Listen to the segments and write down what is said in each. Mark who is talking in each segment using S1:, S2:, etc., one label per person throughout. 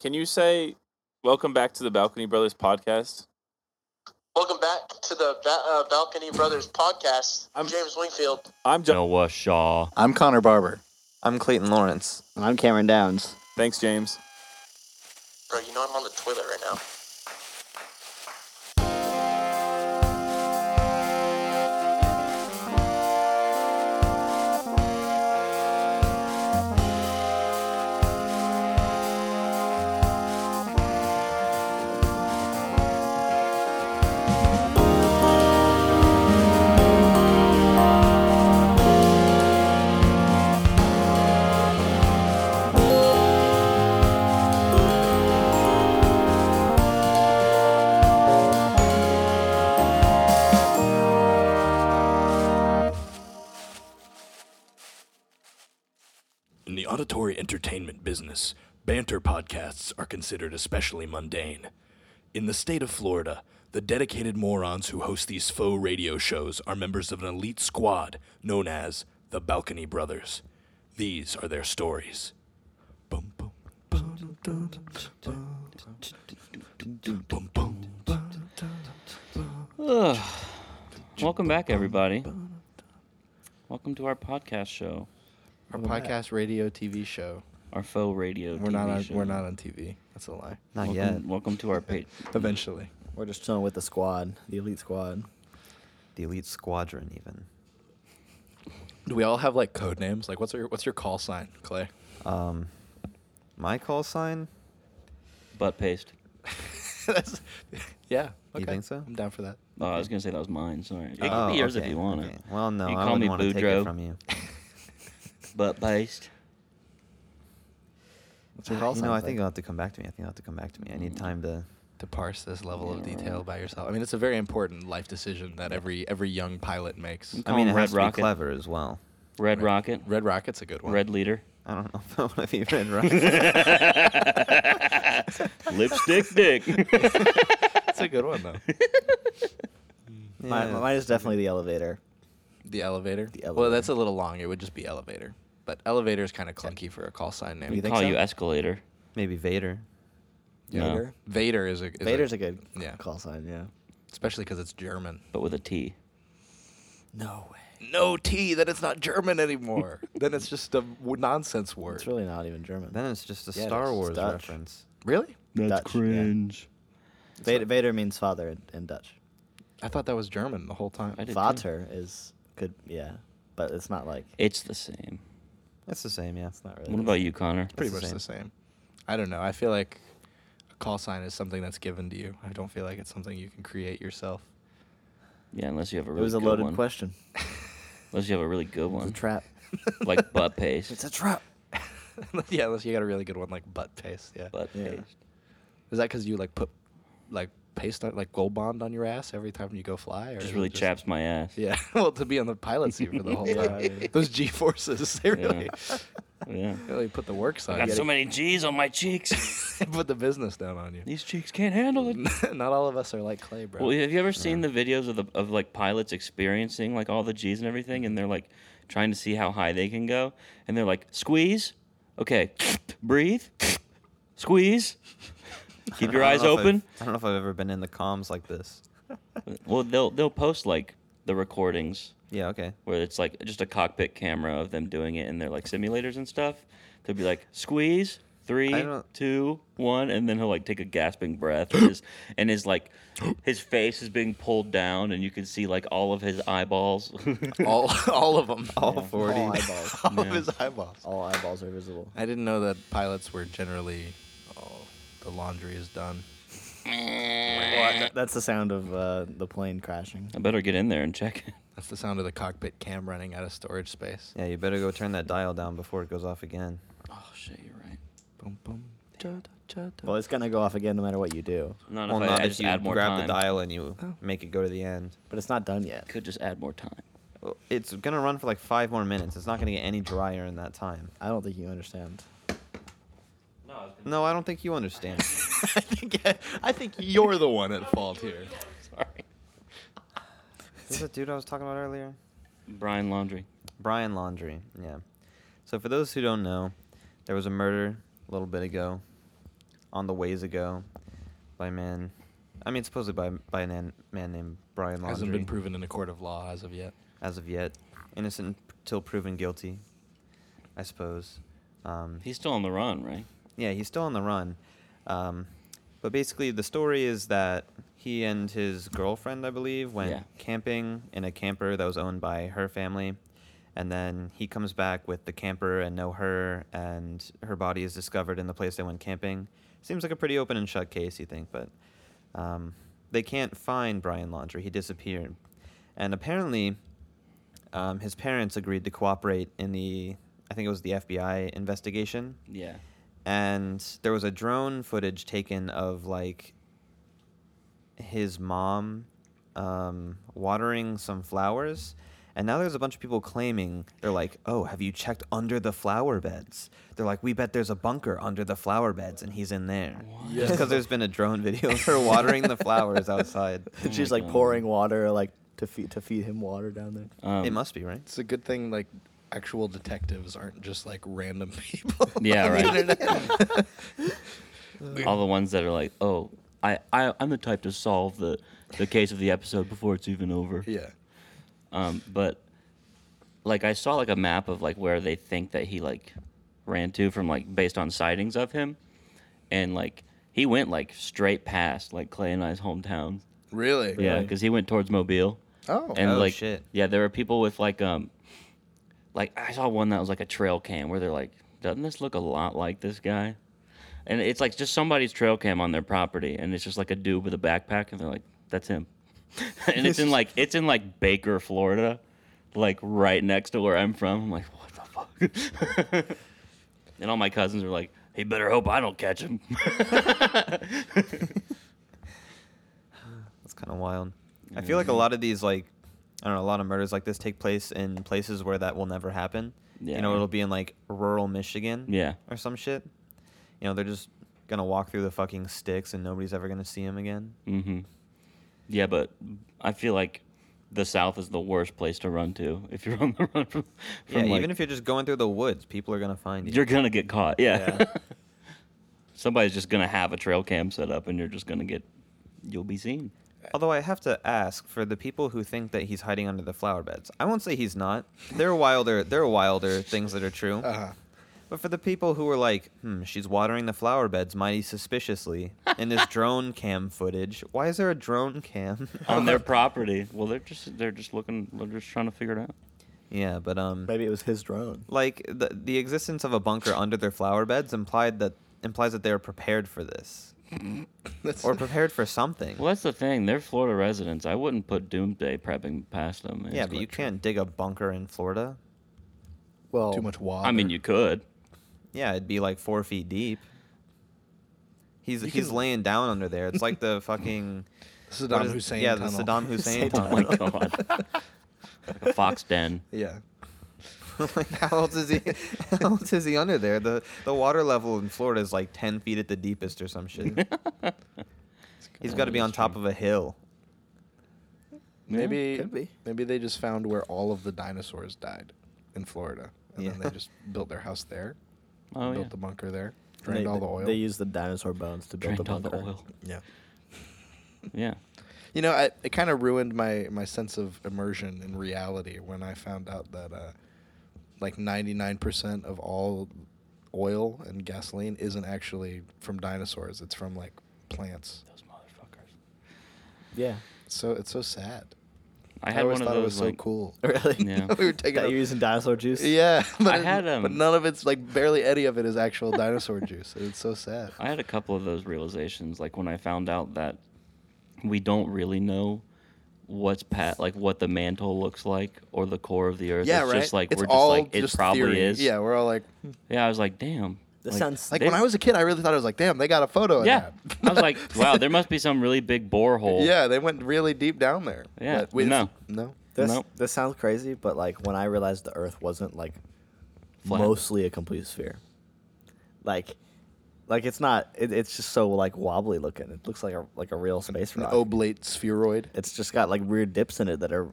S1: Can you say welcome back to the Balcony Brothers podcast?
S2: Welcome back to the ba- uh, Balcony Brothers podcast. I'm James Wingfield.
S1: I'm John.
S3: Noah Shaw.
S4: I'm Connor Barber.
S5: I'm Clayton Lawrence.
S6: And I'm Cameron Downs.
S1: Thanks, James.
S2: Bro, you know I'm on the toilet right now.
S7: In the auditory entertainment business, banter podcasts are considered especially mundane. In the state of Florida, the dedicated morons who host these faux radio shows are members of an elite squad known as the Balcony Brothers. These are their stories. Bum, bum, bum, dum, dum, dum, bum, bum, bum, dum.
S3: Ugh. Welcome back, everybody. Welcome to our podcast show,
S4: Our podcast, radio, TV show.
S3: our faux radio.
S4: We're
S3: TV
S4: not. On,
S3: show.
S4: we're not on TV. That's a lie.
S6: Not
S3: Welcome,
S6: yet.
S3: welcome to our page.
S4: Eventually,
S8: We're just chilling with the squad, the elite squad.
S5: The Elite Squadron, even.
S4: do we all have like code names? Like, what's your what's your call sign, Clay?
S5: Um, my call sign?
S3: Butt paste.
S4: That's, yeah.
S5: You think so?
S4: I'm down for that.
S3: Oh, I was gonna say that was mine. Sorry. It
S5: Oh,
S3: can be yours if
S5: okay,
S3: you want
S5: okay.
S3: it.
S5: Well, no,
S3: You
S5: I
S3: call me
S5: wouldn't want to take
S3: Boudreaux.
S5: it from you.
S3: Butt paste.
S4: What's your call
S5: you
S4: sign?
S5: know, I
S4: Clay?
S5: think you'll have to come back to me. I think you'll have to come back to me. I need time to.
S4: to parse this level of
S3: Yeah.
S4: detail by yourself. I mean, it's a very important life decision that every every young pilot makes.
S3: Mm.
S5: I
S3: Call
S5: mean,
S3: him
S5: it
S3: Red
S5: has to
S3: Rocket.
S5: be clever as well.
S3: Red Rocket.
S4: Red Rocket's a good one.
S3: Red leader.
S5: I don't know if I want to be Red Rocket.
S3: Lipstick dick.
S4: That's a good one though.
S5: Yeah.
S8: Mine, mine is definitely the elevator.
S4: The elevator.
S8: The
S4: Well,
S8: elevator.
S4: that's a little long. It would just be elevator. But elevator is kind of clunky for a call sign name.
S8: You think
S3: Call
S8: so?
S3: you escalator.
S5: Maybe Vader.
S3: No.
S4: Vader? Vader is a is
S8: Vader's a good
S4: yeah.
S8: call sign, yeah.
S4: especially because it's German.
S3: but with a T.
S8: No way.
S4: No T. Then it's not German anymore. then it's just a w- nonsense word.
S8: It's really not even German.
S5: Then it's just a
S8: Yeah,
S5: Star
S8: it's
S5: Wars
S8: Dutch.
S5: reference.
S4: really?
S8: That's cringe. Vader, Vader means father in, in Dutch.
S4: I thought that was German the whole time.
S3: I did too.
S8: Vater is good, yeah, but it's not like
S3: It's the same.
S5: It's the same, yeah.
S8: it's not really.
S3: What about you, Connor?
S4: Pretty
S5: the
S4: much
S5: same.
S4: the same. I don't know. I feel like a call sign is something that's given to you. I don't feel like it's something you can create yourself.
S3: Yeah, unless you have a
S8: It
S3: really
S8: was a
S3: good
S8: loaded
S3: one.
S8: question.
S3: Unless you have a really good
S8: It's
S3: one.
S8: a trap.
S3: like butt
S8: It's
S3: paste.
S8: a trap.
S4: yeah, unless you got a really good one like butt paste. Yeah.
S3: butt
S8: Yeah.
S3: paste.
S4: Is that because you like put like paste on like gold bond on your ass every time you go fly? Or is
S3: Just
S4: it
S3: really chaps my ass.
S4: Yeah, well, to be on the pilot seat for the whole time. Those G forces, they really,
S3: Yeah.
S4: really put the works on
S3: I got
S4: you.
S3: so many G's on my cheeks.
S4: They put the business down on you.
S3: These cheeks can't handle it.
S4: Not all of us are like Clay, bro.
S3: Well, have you ever seen the videos of the of like pilots experiencing like all the G's and everything, and they're like trying to see how high they can go, and they're like squeeze, okay, breathe, squeeze, keep your
S5: I
S3: eyes
S5: don't know if I've-
S3: open.
S5: I don't know if I've ever been in the comms like this.
S3: Well, they'll they'll post like the recordings
S5: Yeah, okay.
S3: where it's like just a cockpit camera of them doing it in their like simulators and stuff. They'll be like, squeeze, three,
S5: don't-
S3: two, one, and then he'll like take a gasping breath and his, and his like his face is being pulled down and you can see like all of his eyeballs.
S4: all, all of them, all,
S5: All 40.
S4: Oh,
S8: All eyeballs.
S4: of his eyeballs.
S8: All eyeballs are visible.
S4: I didn't know that pilots were generally. Oh, the laundry is done.
S8: That's the sound of uh, the plane crashing.
S3: I better get in there and check it.
S4: That's the sound of the cockpit cam running out of storage space.
S5: Yeah, you better go turn that dial down before it goes off again.
S3: Oh shit, you're right.
S4: Boom, boom. Cha, cha, cha.
S8: Well, it's gonna go off again no matter what you do.
S3: Not
S5: well,
S3: if
S5: not
S3: I, I
S5: if
S3: just
S5: you
S3: add more
S5: grab
S3: time.
S5: the dial and you make it go to the end.
S8: But it's not done yet.
S3: Could just add more time.
S5: Well, It's gonna run for like five more minutes. It's not gonna get any drier in that time.
S8: I don't think you understand.
S5: No, I don't think you understand.
S4: I think I think you're the one at fault here.
S3: Sorry.
S5: Who's that dude I was talking about earlier?
S3: Brian Laundry.
S5: Brian Laundry. Yeah. So for those who don't know, there was a murder a little bit ago on the ways ago by man. I mean, supposedly by by a nan- man named Brian Laundrie.
S4: Hasn't been proven in a court of law as of yet.
S5: as of yet. Innocent till proven guilty, I suppose. Um,
S3: He's still on the run, right?
S5: yeah, he's still on the run. Um, but basically, the story is that he and his girlfriend, I believe, went
S3: Yeah.
S5: camping in a camper that was owned by her family. And then he comes back with the camper and no her, and her body is discovered in the place they went camping. Seems like a pretty open and shut case, you think, but um, they can't find Brian Laundry. He disappeared. And apparently, um, his parents agreed to cooperate in the, I think it was the FBI investigation
S3: Yeah.
S5: and there was a drone footage taken of like his mom um, watering some flowers and now there's a bunch of people claiming they're like oh have you checked under the flower beds they're like we bet there's a bunker under the flower beds and he's in there just because there's been a drone video of her watering the flowers outside
S8: She's
S4: Oh
S8: like pouring water, like to feed to feed him water down there.
S4: Uh.
S3: Um,
S5: it must be right
S4: It's a good thing like actual detectives aren't just like random people.
S3: Yeah,
S4: on the
S3: right.
S4: internet.
S3: all the ones that are like, oh, I, I I'm the type to solve the the case of the episode before it's even over.
S4: yeah.
S3: Um, but like I saw like a map of like where they think that he like ran to from like based on sightings of him, and like he went like straight past like Clay and I's hometown.
S4: Really?
S3: Yeah, because he went towards Mobile.
S4: Oh.
S3: and
S5: Oh,
S3: like
S5: shit.
S3: yeah, there were people with like um, like I saw one that was like a trail cam where they're like, doesn't this look a lot like this guy? And it's like just somebody's trail cam on their property, and it's just like a dude with a backpack, and they're like, that's him. and it's in like it's in like Baker, Florida, like right next to where I'm from. I'm like, what the fuck? and all my cousins are like, he better hope I don't catch him.
S5: That's kind of wild. I feel like a lot of these, like, I don't know, a lot of murders like this take place in places where that will never happen. You know,
S3: Yeah.
S5: it'll be in like rural Michigan.
S3: Yeah.
S5: Or some shit. You know, they're just gonna walk through the fucking sticks and nobody's ever gonna see him again.
S3: Mm-hmm. Yeah, but I feel like the South is the worst place to run to if you're on the run from.
S5: Yeah,
S3: from like,
S5: even if you're just going through the woods, people are gonna find you.
S3: you're gonna get caught. Yeah.
S5: Yeah.
S3: Somebody's just gonna have a trail cam set up, and you're just gonna get. You'll be seen.
S5: Although I have to ask for the people who think that he's hiding under the flower beds. I won't say he's not. There are wilder, there are wilder things that are true.
S4: Uh-huh.
S5: But for the people who were like, hmm, she's watering the flower beds mighty suspiciously in this drone cam footage, why is there a drone cam?
S3: On their property. Well, they're just they're just looking. They're just trying to figure it out.
S5: yeah, but um,
S8: Maybe it was his drone.
S5: like the the existence of a bunker under their flower beds implied that implies that they are prepared for this
S4: That's,
S5: or prepared for something.
S3: Well, that's the thing. They're Florida residents. I wouldn't put doomsday prepping past them.
S5: yeah,
S3: It's
S5: but you
S3: like-
S5: can't dig a bunker in Florida.
S8: Well,
S4: too much water.
S3: I mean, you could.
S5: Yeah, it'd be like four feet deep. He's
S4: You
S5: he's
S4: can-
S5: laying down under there. It's like the fucking what
S4: Saddam
S5: is-
S4: Hussein.
S5: Yeah,
S4: tunnel.
S5: the Saddam Hussein
S8: Saddam.
S3: Oh my
S5: tunnel.
S3: god. like a fox den.
S4: Yeah.
S5: like how else is he? How else is he under there? The the water level in Florida is like ten feet at the deepest or some shit. He's got to be on top of a hill.
S4: Maybe
S8: Could be.
S4: maybe they just found where all of the dinosaurs died in Florida, and then
S5: Yeah.
S4: they just built their house there,
S3: Oh
S4: built
S3: yeah.
S4: the bunker there,
S8: And
S4: drained
S8: they,
S4: all the oil.
S8: They used the dinosaur bones to build
S3: Drained
S8: the
S3: all the
S8: bunker.
S3: oil.
S4: yeah.
S3: Yeah.
S4: You know, I, it kind of ruined my my sense of immersion in reality when I found out that uh, like ninety nine percent of all oil and gasoline isn't actually from dinosaurs; it's from like plants.
S3: Those motherfuckers.
S8: Yeah,
S4: So it's so sad.
S3: I had
S4: always
S3: one of
S4: thought
S3: those
S4: it was
S3: like,
S4: so cool.
S8: really.
S3: Yeah.
S4: we were taking
S8: that
S4: a-
S8: you're using dinosaur juice.
S4: Yeah, but,
S3: I
S4: it-
S3: had, um,
S4: but none of it's like barely any of it is actual dinosaur juice. It's so sad.
S3: I had a couple of those realizations, like when I found out that we don't really know what's pat like what the mantle looks like or the core of the earth. it's just like we're just like it probably
S4: theory.
S3: is.
S4: Yeah, we're all like,
S3: Yeah, I was like, damn.
S8: This
S3: like,
S8: sounds
S4: like
S3: They-
S4: when I was a kid, I really thought it was like, damn, they got a photo. of
S3: Yeah.
S4: that.
S3: I was like, wow, there must be some really big borehole.
S4: yeah, they went really deep down there.
S3: Yeah,
S4: But we-
S3: no.
S4: no.
S8: This
S3: Nope.
S8: this sounds crazy, but like when I realized the Earth wasn't like
S3: Flat.
S8: mostly a complete sphere, like like it's not. It, it's just so like wobbly looking. It looks like a like a real space
S4: An
S8: rock.
S4: oblate spheroid.
S8: it's just got like weird dips in it that are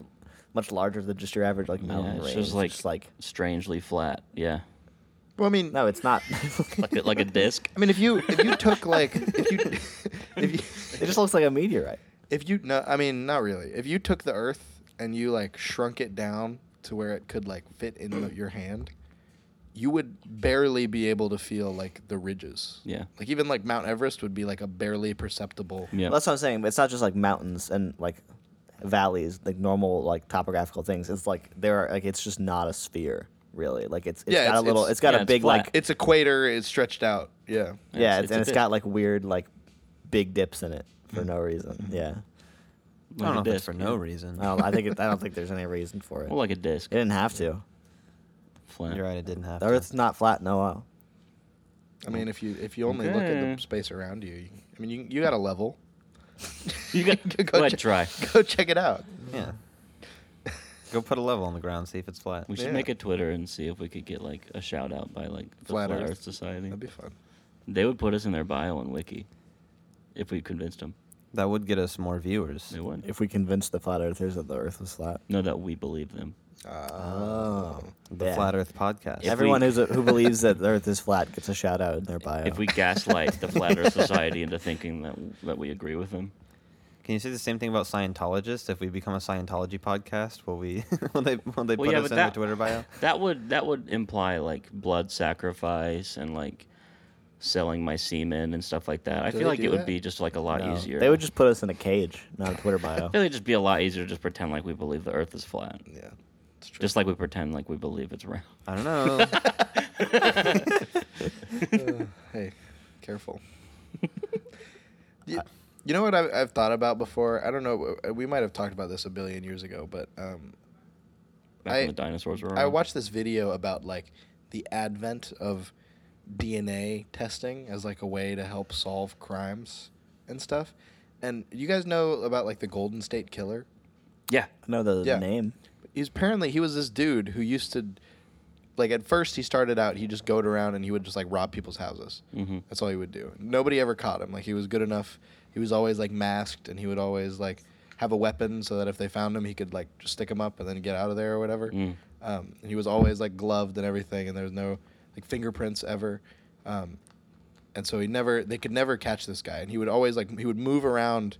S8: much larger than just your average like
S3: Yeah,
S8: mountain
S3: it's
S8: range.
S3: just like-
S8: like
S3: Strangely flat. Yeah.
S4: Well, I mean,
S8: No, it's not.
S3: like a, like a disc.
S4: I mean, if you if you took like if you if you
S8: it just looks like a meteorite.
S4: if you no, I mean, not really. If you took the Earth and you like shrunk it down to where it could like fit in the, your hand, you would barely be able to feel like the ridges.
S3: Yeah.
S4: Like even like Mount Everest would be like a barely perceptible.
S3: Yeah.
S8: Well, that's what I'm saying. It's not just like mountains and like valleys, like normal like topographical things. It's like there are like it's just not a sphere really. Like it's it's
S4: Yeah,
S8: got
S4: it's-
S8: a little.
S4: it's-
S8: it's got
S3: yeah,
S8: a
S3: it's
S8: big
S3: flat.
S8: like
S4: Its equator is stretched out. Yeah.
S8: yeah,
S3: it's-
S8: it's, and
S3: it's a
S8: it's got like weird like big dips in it for
S3: Mm.
S8: no reason. Yeah,
S5: I don't know
S3: like
S5: if
S3: a
S5: it's
S3: disc.
S5: for
S3: yeah.
S5: no reason.
S8: I
S3: Oh,
S8: don't. I think it, I don't think there's any reason for it.
S3: Well, like a disc.
S8: it didn't have to.
S3: Flat.
S5: You're right. It didn't have
S8: The
S5: to.
S8: Earth's not flat, Noah.
S4: I mean, if you if you only look at
S3: Okay.
S4: the space around you, you- I mean, you you got a level.
S3: You got go ahead,
S4: check-
S3: try.
S4: Go check it out.
S5: Yeah. Go put a level on the ground, see if it's flat.
S3: We should
S4: Yeah.
S3: make a Twitter and see if we could get like a shout out by like the
S4: Flat
S3: Flat,
S4: Earth.
S3: Earth, Society.
S4: That'd be fun.
S3: They would put us in their bio on Wiki if we convinced them.
S5: That would get us more viewers.
S3: They would.
S8: If we convinced the flat earthers that the Earth was flat.
S3: No, that we believe them. Uh,
S4: Um,
S8: Oh,
S5: The Flat Earth Podcast.
S3: If-
S8: Everyone
S3: we-
S8: who's a, who believes that the Earth is flat gets a shout out in their
S4: Oh.
S8: bio.
S3: If we gaslight the Flat Earth Society into thinking that that we agree with them,
S5: Can you say the same thing about Scientologists? If we become a Scientology podcast, will we? will they? Will they
S3: Well,
S5: put
S3: yeah,
S5: us
S3: but
S5: in
S3: that-
S5: their Twitter bio?
S3: that would that would imply like blood sacrifice and like selling my semen and stuff like that. I
S4: they
S3: feel like
S4: do
S3: it would
S4: that?
S3: be just like a lot
S8: No,
S3: easier.
S8: They would just put us in a cage, not a Twitter bio.
S3: I feel like it'd just be a lot easier to just pretend like we believe the Earth is flat,
S4: Yeah. It's true.
S3: just like we pretend like we believe it's round.
S5: I don't know.
S4: hey, careful. you, you know what I've, I've thought about before? I don't know. uh, We might have talked about this a billion years ago, but um,
S3: Back
S4: I-
S3: when the dinosaurs were around.
S4: I watched this video about like the advent of DNA testing as like a way to help solve crimes and stuff. And you guys know about like the Golden State Killer?
S3: Yeah,
S8: I know the
S4: Yeah.
S8: name.
S4: he's apparently he was this dude who used to like at first he started out he just goed around and he would just like rob people's houses
S3: Mm-hmm.
S4: that's all he would do nobody ever caught him like he was good enough he was always like masked and he would always like have a weapon so that if they found him he could like just stick him up and then get out of there or whatever
S3: Mm.
S4: um, and he was always like gloved and everything and there was no like fingerprints ever um, and so he never they could never catch this guy and he would always like he would move around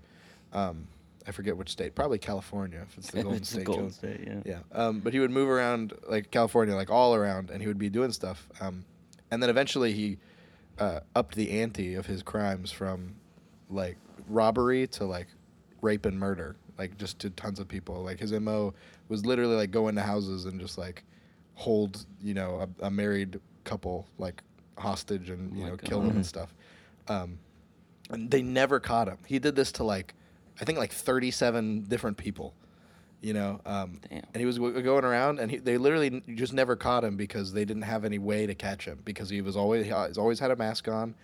S4: um, i forget which state probably california if it's the golden
S3: it's
S4: state
S3: the Golden
S4: Killer.
S3: State. Yeah.
S4: Yeah. Um, but he would move around like California, like all around, and he would be doing stuff. Um, and then eventually he uh, upped the ante of his crimes from like robbery to like rape and murder, like just to tons of people. Like his MO was literally like go into houses and just like hold, you know, a, a married couple like hostage and, you
S3: Oh my
S4: know,
S3: God.
S4: kill them and stuff. Um, and they never caught him. He did this to like, I think like 37 different people, you know. Um,
S3: Damn.
S4: And he was w- going around, and he, they literally n- just never caught him because they didn't have any way to catch him because he was always he's always had a mask on,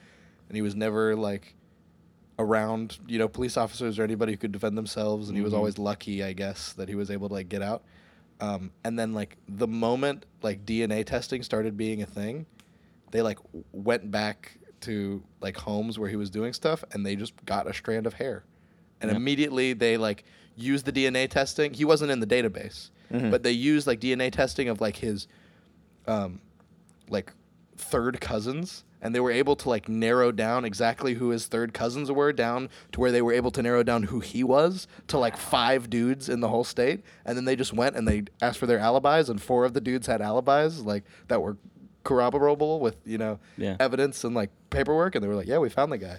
S4: and he was never like around you know police officers or anybody who could defend themselves, and he was always lucky, I guess, that he was able to like get out. Um, and then like the moment like DNA testing started being a thing, they like w- went back to like homes where he was doing stuff and they just got a strand of hair and immediately they like used the dna testing he wasn't in the database but they used like dna testing of like his um like third cousins and they were able to like narrow down exactly who his third cousins were down to where they were able to narrow down who he was to like five dudes in the whole state and then they just went and they asked for their alibis and four of the dudes had alibis like that were corroborable with you know
S3: Yeah.
S4: evidence and like paperwork and they were like yeah we found the guy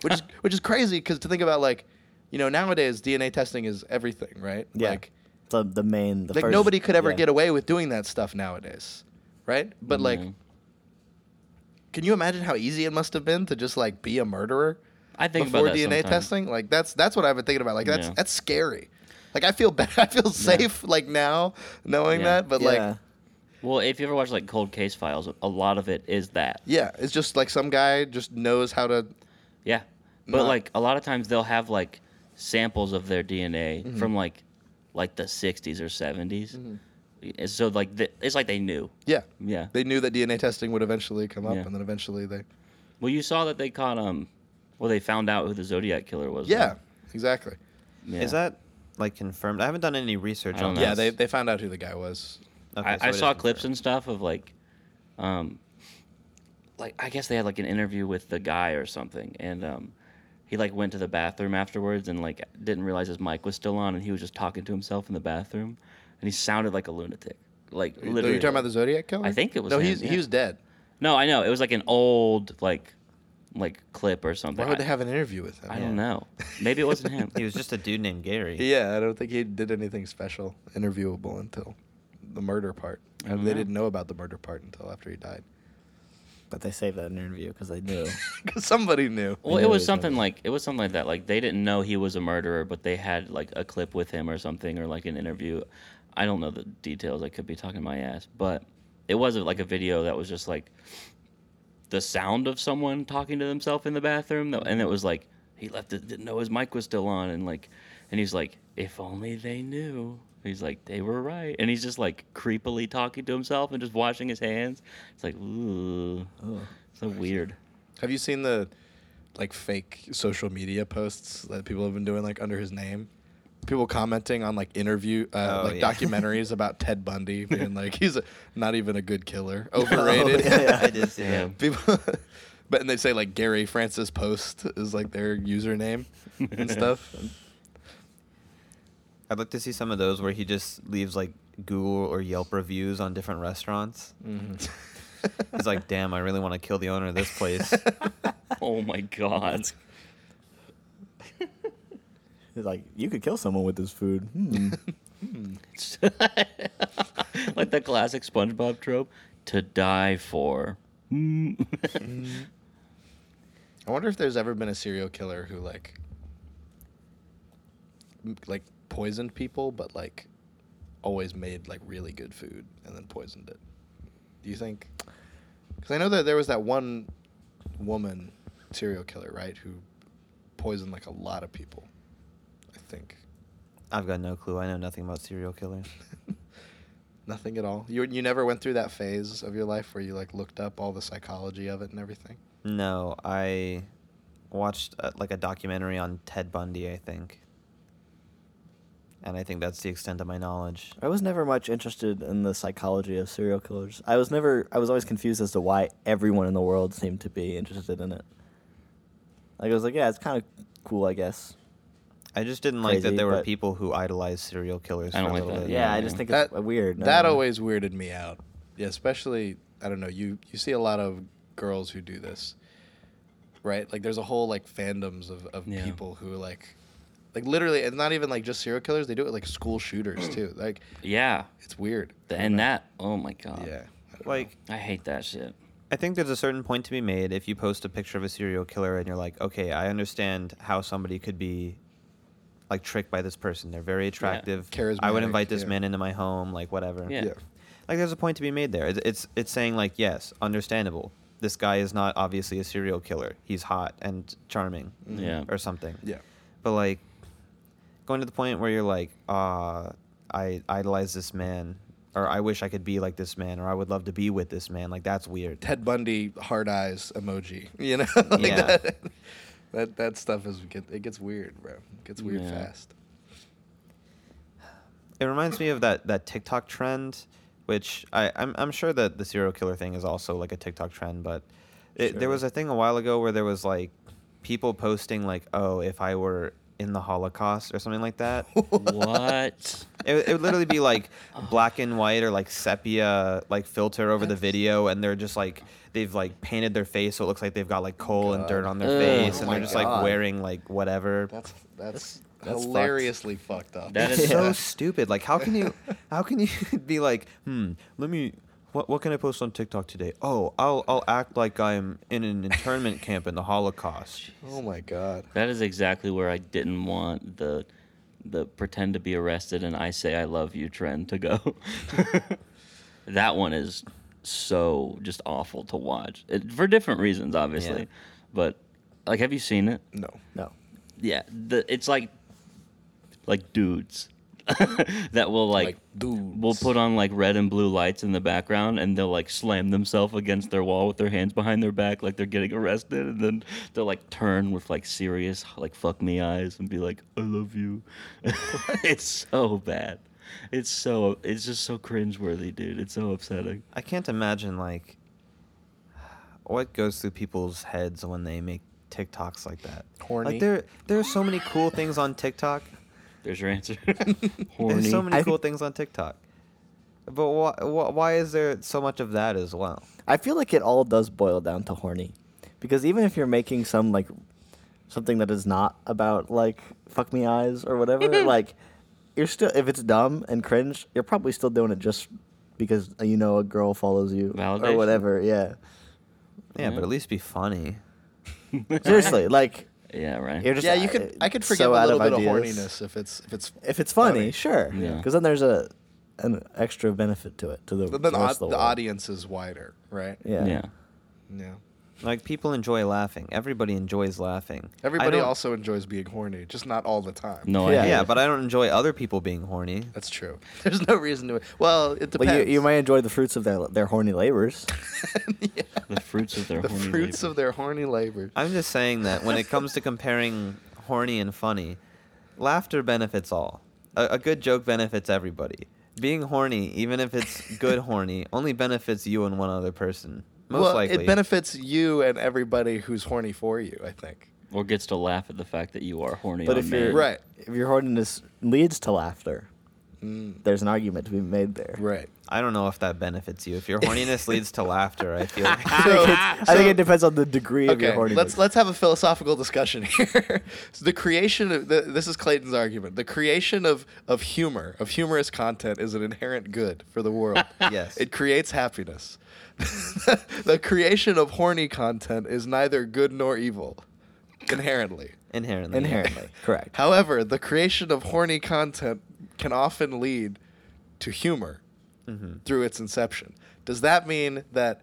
S4: which is which is crazy because to think about like you know nowadays dna testing is everything right
S8: Yeah.
S4: like
S8: the the main the
S4: like
S8: first-
S4: nobody could ever
S8: yeah.
S4: get away with doing that stuff nowadays right but like
S3: Yeah.
S4: can you imagine how easy it must have been to just like be a murderer
S3: I think
S4: before
S3: about that
S4: dna
S3: sometimes.
S4: testing like that's that's what i've been thinking about like that's
S3: Yeah.
S4: that's scary like i feel bad i feel safe like now knowing
S3: Yeah.
S4: that but
S8: Yeah.
S4: like
S3: Well, if you ever watch like cold case files, a lot of it is that.
S4: yeah it's just like some guy just knows how to
S3: Yeah. But
S4: Not-
S3: like a lot of times they'll have like samples of their DNA from like like the 60s or 70s. And So like th- it's like they knew.
S4: yeah
S3: Yeah.
S4: they knew that dna testing would eventually come up
S3: Yeah.
S4: and then eventually they
S3: Well, you saw that they caught um well they found out who the Zodiac killer was.
S4: yeah
S3: right?
S4: exactly
S3: Yeah.
S5: Is that like confirmed? I haven't done any
S3: I
S5: research
S3: don't
S5: on
S3: know.
S5: that.
S4: yeah
S3: Yes.
S4: they, they found out who the guy was
S5: Okay,
S3: I,
S5: so
S3: I
S5: it is
S3: saw
S5: confirmed.
S3: clips and stuff of like um like I guess they had like an interview with the guy or something, and um, he like went to the bathroom afterwards and like didn't realize his mic was still on, and he was just talking to himself in the bathroom, and he sounded like a lunatic, like literally.
S4: Are you talking about the Zodiac killer?
S3: I think it was
S4: No,
S3: him,
S4: he's
S3: yeah.
S4: he was dead.
S3: No, I know it was like an old like like clip or something.
S4: Why would
S3: I,
S4: they have an interview with him?
S3: I don't know. Maybe it wasn't him.
S5: He was just a dude named Gary.
S4: Yeah, I don't think he did anything special, interviewable until the murder part.
S3: I don't
S4: they
S3: know.
S4: didn't know about the murder part until after he died.
S8: But they saved that in an interview because they knew.
S4: Because somebody knew.
S3: Well,
S8: know
S3: it
S8: it
S3: was
S8: was
S3: something like it was something like that. Like they didn't know he was a murderer, but they had like a clip with him or something, or like an interview. I don't know the details. I could be talking my ass, but it wasn't like a video that was just like the sound of someone talking to themselves in the bathroom, though- and it was like he left it, didn't know his mic was still on, and like, and he's like, if only they knew. He's like, they were right, and he's just like creepily talking to himself and just washing his hands. It's like, ooh, so weird.
S4: Have you seen the like fake social media posts that people have been doing like under his name? People commenting on like interview, uh,
S5: Oh,
S4: like
S5: yeah.
S4: documentaries about Ted Bundy, being like he's a, not even a good killer, overrated.
S5: Oh, I did see
S3: Oh, Yeah.
S5: that.
S4: People, but and they say like Gary Francis Post is like their username and stuff.
S5: I'd like to see some of those where he just leaves like Google or Yelp reviews on different restaurants.
S4: Mm-hmm.
S5: He's like, damn, I really want to kill the owner of this place.
S3: Oh my god.
S8: He's like, you could kill someone with this food. Hmm.
S3: like the classic SpongeBob trope, to die for.
S4: I wonder if there's ever been a serial killer who like m- like poisoned people, but like always made like really good food and then poisoned it. Do you think? Because I know that there was that one woman serial killer, right, who poisoned like a lot of people. I think
S5: I've got no clue. I know nothing about serial killers.
S4: nothing at all. You you never went through that phase of your life where you like looked up all the psychology of it and everything.
S5: No, I watched uh, like a documentary on Ted Bundy, I think. And I think that's the extent of my knowledge.
S8: I was never much interested in the psychology of serial killers. I was never. I was always confused as to why everyone in the world seemed to be interested in it. Like I was like, yeah, it's kind of cool, I guess.
S5: I just didn't like that
S8: Crazy,
S5: there were
S8: but-
S5: people who idolized serial killers.
S3: I don't
S5: for a
S3: like
S5: little
S3: that.
S5: bit.
S8: Yeah, I
S3: yeah.
S8: just think
S4: that,
S8: it's weird. I
S4: That
S8: don't know.
S4: always weirded me out. Yeah, especially I don't know. You you see a lot of girls who do this, right? Like there's a whole like fandoms of, of
S3: Yeah.
S4: people who like, like literally, and not even like just serial killers. They do it with, like school shooters too. Like
S3: Yeah.
S4: it's weird.
S3: And that, oh my god.
S4: Yeah. I don't know.
S5: Like,
S3: I hate that shit.
S5: I think there's a certain point to be made if you post a picture of a serial killer and you're like, okay, I understand how somebody could be like tricked by this person. They're very attractive. I would
S4: Charismatic,
S5: invite this
S4: yeah.
S5: man into my home, like whatever.
S3: Yeah.
S4: Yeah.
S5: Like there's a point to be made there. It's, it's it's saying like, yes, understandable. This guy is not obviously a serial killer. He's hot and charming.
S3: Yeah.
S5: Or something.
S4: Yeah.
S5: But like going to the point where you're like, ah, I idolize this man. Or I wish I could be like this man, or I would love to be with this man. Like that's weird.
S4: Ted Bundy hard eyes emoji. You know, Like
S5: Yeah.
S4: that, that that stuff is get it gets weird, bro. It gets weird
S3: Yeah.
S4: fast.
S5: It reminds me of that that TikTok trend, which I I'm, I'm sure that the serial killer thing is also like a TikTok trend, but it, there
S4: Sure.
S5: was a thing a while ago where there was like people posting like, oh, if I were in the Holocaust or something like that.
S3: What?
S5: it, would- it would literally be like black and white or like sepia like filter over the video, and they're just like they've like painted their face so it looks like they've got like coal and dirt on their
S3: Ugh. Oh
S5: face, and
S4: my
S5: they're just like
S8: God.
S5: wearing like whatever.
S4: That's that's,
S8: that's
S4: hilariously fucked. up.
S3: That
S5: It's
S3: is
S5: so stupid. Like, how can you, how can you be like, hmm, let me, what, what can I post on TikTok today? Oh, I'll, I'll act like I'm in an internment camp in the Holocaust.
S4: oh my god.
S3: that is exactly where I didn't want the the pretend to be arrested and I say I love you trend to go. that one is so just awful to watch. It, for different reasons obviously.
S5: Yeah.
S3: But like have you seen it?
S4: No.
S8: no.
S3: yeah the, it's like like dudes that will like,
S4: Like dudes.
S3: will put on like red and blue lights in the background and they'll like slam themselves against their wall with their hands behind their back like they're getting arrested and then they'll like turn with like serious like fuck me eyes and be like i love you it's so bad it's so it's just so cringeworthy dude it's so upsetting
S5: I can't imagine like what goes through people's heads when they make TikToks like that?
S4: Horny.
S5: Like there, there are so many cool things on TikTok.
S3: There's your answer.
S5: There's so many
S8: I
S5: cool
S8: think-
S5: things on TikTok. But why, why, why is there so much of that as well?
S8: I feel like it all does boil down to horny, because even if you're making some like something that is not about like fuck me eyes or
S3: Mm-hmm.
S8: whatever, like you're still if it's dumb and cringe, you're probably still doing it just because uh, you know a girl follows you
S3: Validation.
S8: or whatever. Yeah,
S5: Yeah,
S4: Mm-hmm.
S3: Yeah.
S5: but at least be funny.
S8: seriously, like
S3: yeah, right.
S8: you're just
S4: yeah, you
S8: uh,
S4: could. I could
S8: so
S4: forgive a
S8: out
S4: little bit
S8: ideas.
S4: of horniness if it's if it's
S8: if it's funny, sure, because
S3: Yeah.
S8: then there's a an extra benefit to it to the
S4: But then
S8: to the
S4: au-
S8: rest of
S4: the,
S8: world.
S4: audience is wider, right?
S8: Yeah.
S3: yeah.
S4: Yeah.
S5: Like people enjoy laughing. Everybody enjoys laughing. I
S4: Everybody
S5: don't-
S4: also enjoys being horny, just not all the time.
S3: No
S8: Yeah.
S3: idea.
S5: Yeah, but I don't enjoy other people being horny.
S4: That's true. There's no reason to. Well, it depends.
S8: Well, you, you might enjoy the fruits of their their horny labors.
S3: The fruits of their
S4: the
S3: horny
S4: fruits
S3: labor.
S4: of their horny labor.
S5: I'm just saying that when it comes to comparing horny and funny, laughter benefits all. A, a good joke benefits everybody. Being horny, even if it's good horny, only benefits you and one other person. Most
S4: well,
S5: likely.
S4: it benefits you and everybody who's horny for you. I think.
S3: or gets to laugh at the fact that you are horny.
S8: But
S3: on
S8: if you're
S3: marriage.
S4: Right.
S8: if your horniness leads to laughter, there's an argument to be made there.
S4: Mm. Right.
S5: I don't know if that benefits you. If your horniness leads to laughter, I feel
S8: I,
S5: like.
S8: think it's- I think it depends on the degree of your
S4: Okay,
S8: horniness.
S4: let's let's have a philosophical discussion here. so the creation of the, this is Clayton's argument. The creation of of humor, of humorous content, is an inherent good for the world.
S5: Yes.
S4: it creates happiness. the creation of horny content is neither good nor evil, inherently.
S5: Inherently. yeah.
S8: Inherently, correct.
S4: However, the creation of horny content can often lead to humor
S5: Mm-hmm.
S4: through its inception. Does that mean that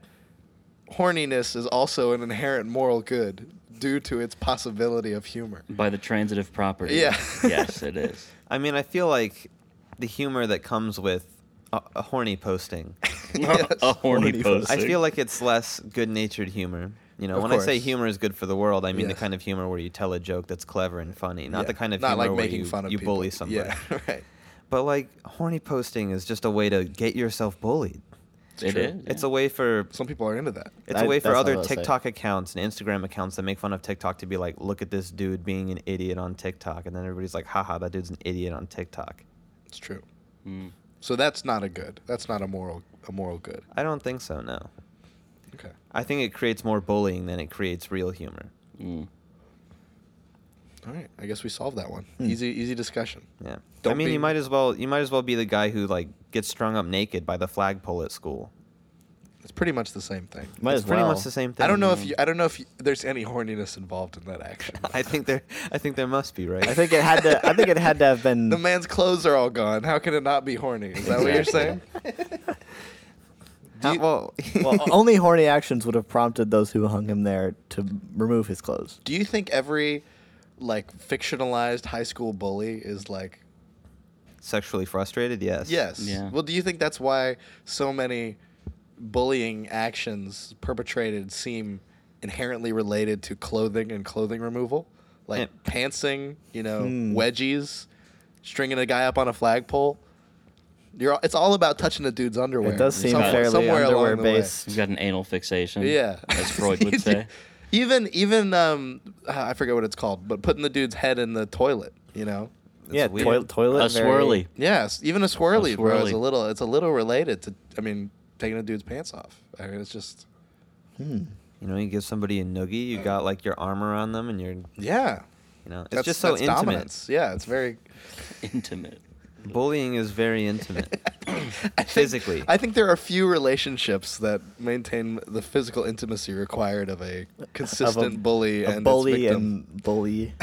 S4: horniness is also an inherent moral good due to its possibility of humor?
S3: by the transitive property.
S4: Yeah.
S3: yes, it is.
S5: I mean, I feel like the humor that comes with a, a horny posting,
S3: a horny,
S8: Horny
S3: post.
S5: I feel like it's less good natured humor. You know,
S4: Of
S5: when I say
S4: course.
S5: humor is good for the world, I mean
S4: Yes.
S5: the kind of humor where you tell a joke that's clever and funny, not
S4: Yeah,
S5: the kind of
S4: not
S5: humor
S4: like
S5: where
S4: making
S5: you,
S4: fun of
S5: you
S4: people.
S5: bully somebody.
S4: Yeah, right.
S5: But like horny posting is just a way to get yourself bullied.
S3: it
S4: true.
S3: is.
S5: It's a way for
S4: Some people are into that.
S5: it's
S8: I-
S5: a way for
S8: that's what I
S5: other
S8: was saying.
S5: TikTok accounts and Instagram accounts that make fun of TikTok to be like, look at this dude being an idiot on TikTok, and then everybody's like, haha, that dude's an idiot on TikTok.
S4: It's true. So that's not a good. That's not a moral a moral good.
S5: I don't think so. No,
S4: Okay.
S5: I think it creates more bullying than it creates real humor.
S3: Mm.
S4: All right. I guess we solved that one.
S5: Hmm.
S4: Easy easy discussion.
S5: Yeah. I
S4: Don't
S5: mean,
S4: be-
S5: you might as well you might as well be the guy who like gets strung up naked by the flagpole at school.
S4: It's pretty much the same thing.
S8: Might
S5: it's
S8: as
S5: pretty
S8: well.
S5: much the same thing.
S4: I don't know if you, I don't know if you, there's any horniness involved in that action.
S5: I think there I think there must be, right?
S8: I think it had to. I think it had to have been.
S4: The man's clothes are all gone. How can it not be horny? Is that what you're saying?
S5: How- Uh, well,
S8: well, only horny actions would have prompted those who hung him there to remove his clothes.
S4: Do you think every like fictionalized high school bully is like
S5: sexually frustrated? Yes.
S4: yes?
S3: Yeah.
S4: Well, do you think that's why so many bullying actions perpetrated seem inherently related to clothing and clothing removal, like
S5: Yeah.
S4: pantsing, you know, wedgies, stringing a guy up on a flagpole? You're, it's all about touching the dude's underwear.
S8: It does seem
S4: somewhere-
S8: fairly
S4: somewhere along the way.
S8: underwear based.
S3: He's got an anal fixation.
S4: Yeah,
S3: As Freud would say.
S4: Even even um, I forget what it's called, but putting the dude's head in the toilet, you know.
S8: Yeah,
S5: weird.
S8: toil- toilet.
S3: A
S8: very-
S3: swirly.
S4: Yes, even a swirly,
S3: A
S4: bro. It's
S3: swirly.
S4: a little. It's a little related to. I mean, taking a dude's pants off. I mean, it's just.
S5: You know, you give somebody a noogie, you got like your arm around them, and you're you
S4: Yeah,
S5: know, it's
S4: that's
S5: just so
S4: that's
S5: intimate.
S4: Dominance. Yeah, it's very.
S3: Intimate.
S5: Bullying is very intimate. Physically,
S4: I think there are few relationships that maintain the physical intimacy required of a
S8: Of
S4: consistent bully
S8: a
S4: and its
S8: bully
S4: victim.
S8: and bully,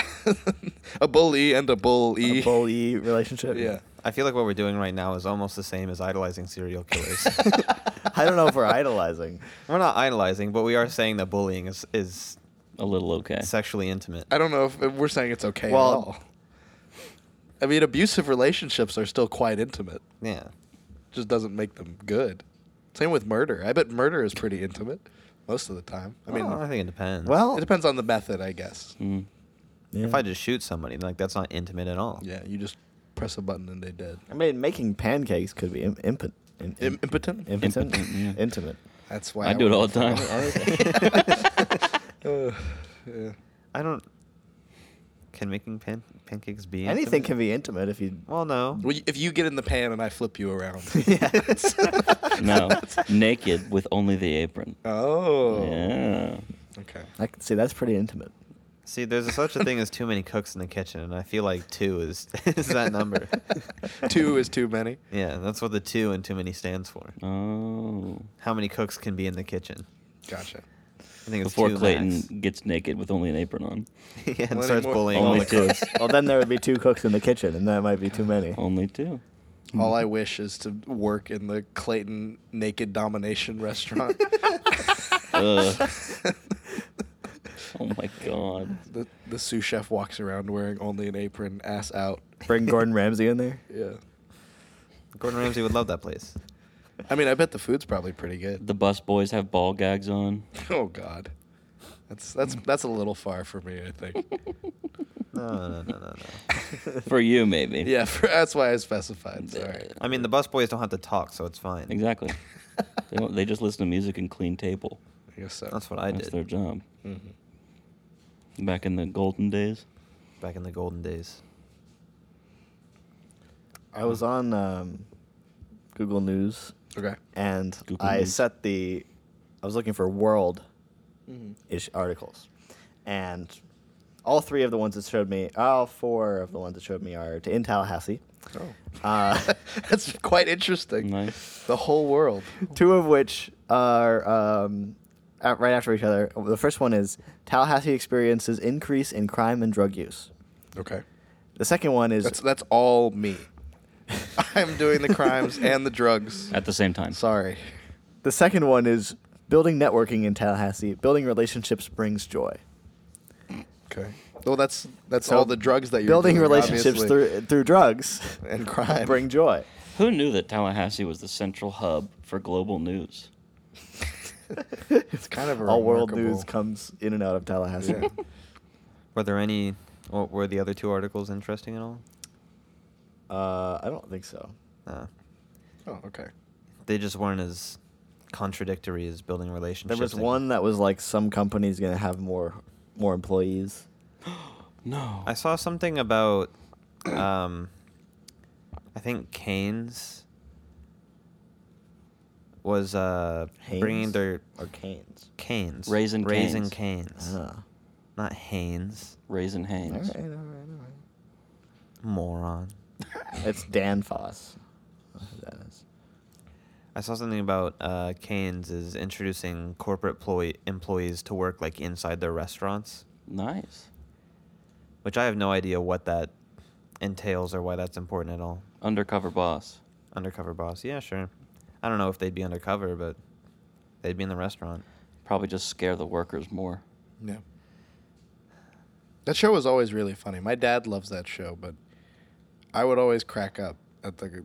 S4: a bully and a bully.
S8: a bully relationship.
S4: yeah.
S5: I feel like what we're doing right now is almost the same as idolizing serial killers.
S8: I don't know if we're idolizing.
S5: we're not idolizing, but we are saying that bullying is is
S3: A little okay.
S5: sexually intimate.
S4: I don't know if if we're saying it's okay
S8: Well-
S4: at all. I mean, abusive relationships are still quite intimate.
S5: Yeah.
S4: Just doesn't make them good. Same with murder. I bet murder is pretty intimate most of the time. I
S5: I
S4: mean,
S5: mean, Oh, I think it depends.
S4: it
S8: Well,
S4: depends on the method, I guess.
S8: yeah.
S5: if I just shoot somebody, like that's not intimate at all.
S4: Yeah, you just press a button and they dead.
S8: I mean, making pancakes could be Im- impotent. Im-
S4: Im- impotent?
S8: impotent.
S3: Impotent, yeah.
S8: Intimate.
S4: That's why Oh,
S3: I do it all the time.
S5: Oh, I don't. Can making pan- pancakes be
S8: Anything
S5: intimate?
S8: can be intimate if you.
S5: Well, no.
S4: Well, y- if you get in the pan and I flip you around.
S3: no, naked with only the apron.
S4: oh.
S3: Yeah.
S4: Okay.
S8: I can see that's pretty intimate.
S5: See, there's such a thing as too many cooks in the kitchen, and I feel like two is is that number.
S4: Two is too many.
S5: yeah, that's what the two and too many stands for.
S3: Oh.
S5: How many cooks can be in the kitchen?
S4: Gotcha.
S5: I think it's
S3: Before
S5: two
S3: Clayton
S5: max.
S3: gets naked with only an apron on.
S5: yeah, and
S4: Well,
S5: starts
S4: anymore-
S5: bullying all
S3: Only
S5: the
S3: two.
S5: cooks.
S8: Well, then there would be two cooks in the kitchen, and that might be too many.
S3: only two.
S4: All I wish is to work in the Clayton Naked Domination restaurant.
S3: Ugh. oh my god.
S4: the, the sous chef walks around wearing only an apron, ass out.
S8: Bring Gordon Ramsay in there.
S4: Yeah.
S5: Gordon Ramsay would love that place.
S4: I mean, I bet the food's probably pretty good.
S3: The bus boys have ball gags on.
S4: Oh God, that's that's that's a little far for me. I think.
S5: No, no, no, no, no.
S3: For you, maybe.
S4: yeah, for, that's why I specified. Sorry.
S5: I mean, the busboys don't have to talk, so it's fine.
S3: Exactly. they, don't, they just listen to music and clean table.
S4: I guess so. Mm-hmm.
S5: That's what I
S3: That's
S5: did
S3: their job. Back in the golden days.
S5: back in the golden days.
S8: I was on um, Google News
S4: Okay.
S8: and
S3: Google
S8: I
S3: News.
S8: set the. I was looking for world
S3: Mm-hmm.
S8: ish articles, and all three of the ones that showed me, all four of the ones that showed me are to in Tallahassee.
S4: Oh,
S8: Uh,
S4: that's quite interesting.
S3: Nice.
S4: The whole world.
S8: two of which are um, at, right after each other. The first one is Tallahassee experiences increase in crime and drug use.
S4: Okay.
S8: The second one is
S4: That's that's all me. I'm doing the crimes and the drugs.
S3: At the same time.
S4: Sorry.
S8: the second one is building networking in Tallahassee. Building relationships brings joy.
S4: Okay. Well, that's that's
S8: So,
S4: all the drugs that you're
S8: building
S4: doing,
S8: relationships
S4: obviously.
S8: through through drugs
S4: and crime.
S8: bring joy.
S3: Who knew that Tallahassee was the central hub for global news?
S4: it's kind of a
S8: All world
S4: remarkable-
S8: news comes in and out of Tallahassee.
S4: Yeah.
S5: Were there any? What were the other two articles interesting at all?
S8: Uh, I don't think so.
S5: No,
S4: Oh, okay.
S5: they just weren't as contradictory as building relationships.
S8: There was
S5: I
S8: one that was like some company's gonna have more more employees.
S3: No.
S5: I saw something about, um, I think Canes was uh, bringing
S8: Haynes
S5: their
S8: or Canes.
S5: Canes
S3: Raisin
S5: Raisin
S3: Cane's.
S5: Canes,
S8: Ah.
S5: not Haynes,
S3: Raisin Haynes.
S8: All right, all right, all
S5: moron.
S8: right. It's Danfoss. That is.
S5: I saw something about uh, Canes is introducing corporate ploy- employees to work like inside their restaurants,
S3: Nice.
S5: which I have no idea what that entails or why that's important at all.
S3: Undercover boss.
S5: Undercover boss, yeah, sure. I don't know if they'd be undercover, but they'd be in the restaurant.
S3: Probably just scare the workers more.
S4: Yeah. That show was always really funny. My dad loves that show, but I would always crack up at the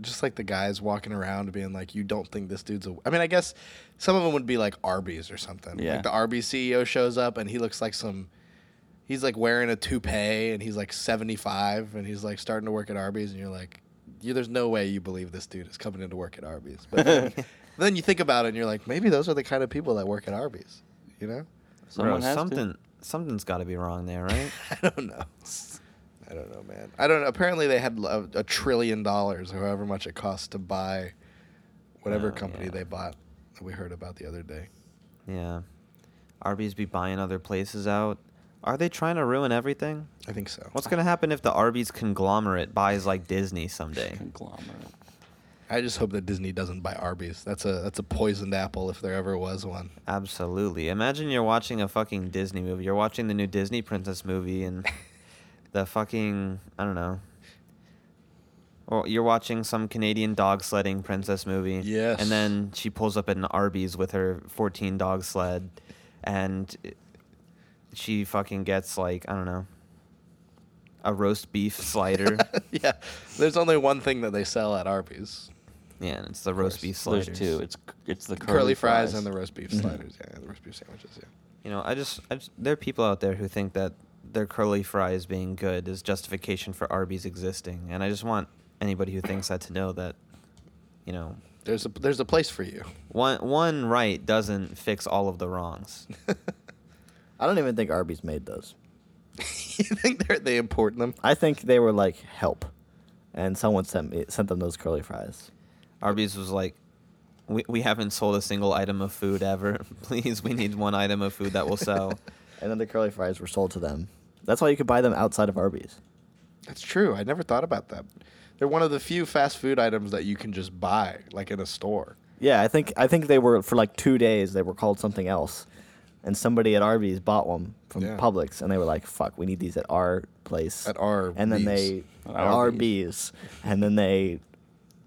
S4: just like the guys walking around being like, "You don't think this dude's a?" I mean, I guess some of them would be like Arby's or something.
S3: Yeah.
S4: Like the Arby's CEO shows up and he looks like some. He's like wearing a toupee and he's like seventy five and he's like starting to work at Arby's and you're like, you, "There's no way you believe this dude is coming in to work at Arby's." But then, then you think about it and you're like, maybe those are the kind of people that work at Arby's, you know?
S3: Someone
S5: Bro,
S3: has to.
S5: something, something's got to be wrong there, right?
S4: I don't know. I don't know, man. I don't know. Apparently, they had a, a trillion dollars, or however much it costs to buy whatever
S5: Oh,
S4: company
S5: yeah.
S4: they bought that we heard about the other day.
S5: yeah. Arby's be buying other places out. Are they trying to ruin everything?
S4: I think so.
S5: What's gonna happen if the Arby's conglomerate buys like Disney someday?
S3: Conglomerate.
S4: I just hope that Disney doesn't buy Arby's. That's a that's a poisoned apple if there ever was one.
S5: Absolutely. Imagine you're watching a fucking Disney movie. You're watching the new Disney princess movie and the fucking I don't know. Or you're watching some Canadian dog sledding princess movie.
S4: Yes.
S5: And then she pulls up at an Arby's with her 14 dog sled and she fucking gets like, I don't know, a roast beef slider.
S4: yeah, there's only one thing that they sell at Arby's:
S5: yeah, and it's the roast beef sliders.
S3: There's two. It's it's the
S4: curly,
S3: curly,
S4: fries, and the roast beef
S5: Mm-hmm.
S4: sliders. Yeah, the roast beef sandwiches. Yeah.
S5: You know, I just, I just there are people out there who think that their curly fries being good is justification for Arby's existing, and I just want anybody who thinks that to know that, you know,
S4: There's a there's a place for you.
S5: One one right doesn't fix all of the wrongs.
S8: I don't even think Arby's made those.
S4: you think they they import them?
S8: I think they were like help, and someone sent me sent them those curly fries.
S5: Arby's was like, we, we haven't sold a single item of food ever. Please, we need one item of food that will sell.
S8: And then the curly fries were sold to them. That's why you could buy them outside of Arby's.
S4: That's true. I never thought about that. They're one of the few fast food items that you can just buy, like in a store.
S8: Yeah, I think I think they were for like two days. They were called something else, and somebody at Arby's bought one from
S4: Yeah.
S8: Publix, and they were like, "Fuck, we need these at our place."
S4: At our
S8: and then
S4: B's.
S8: they
S3: At
S8: at
S3: our
S8: our B's, and then they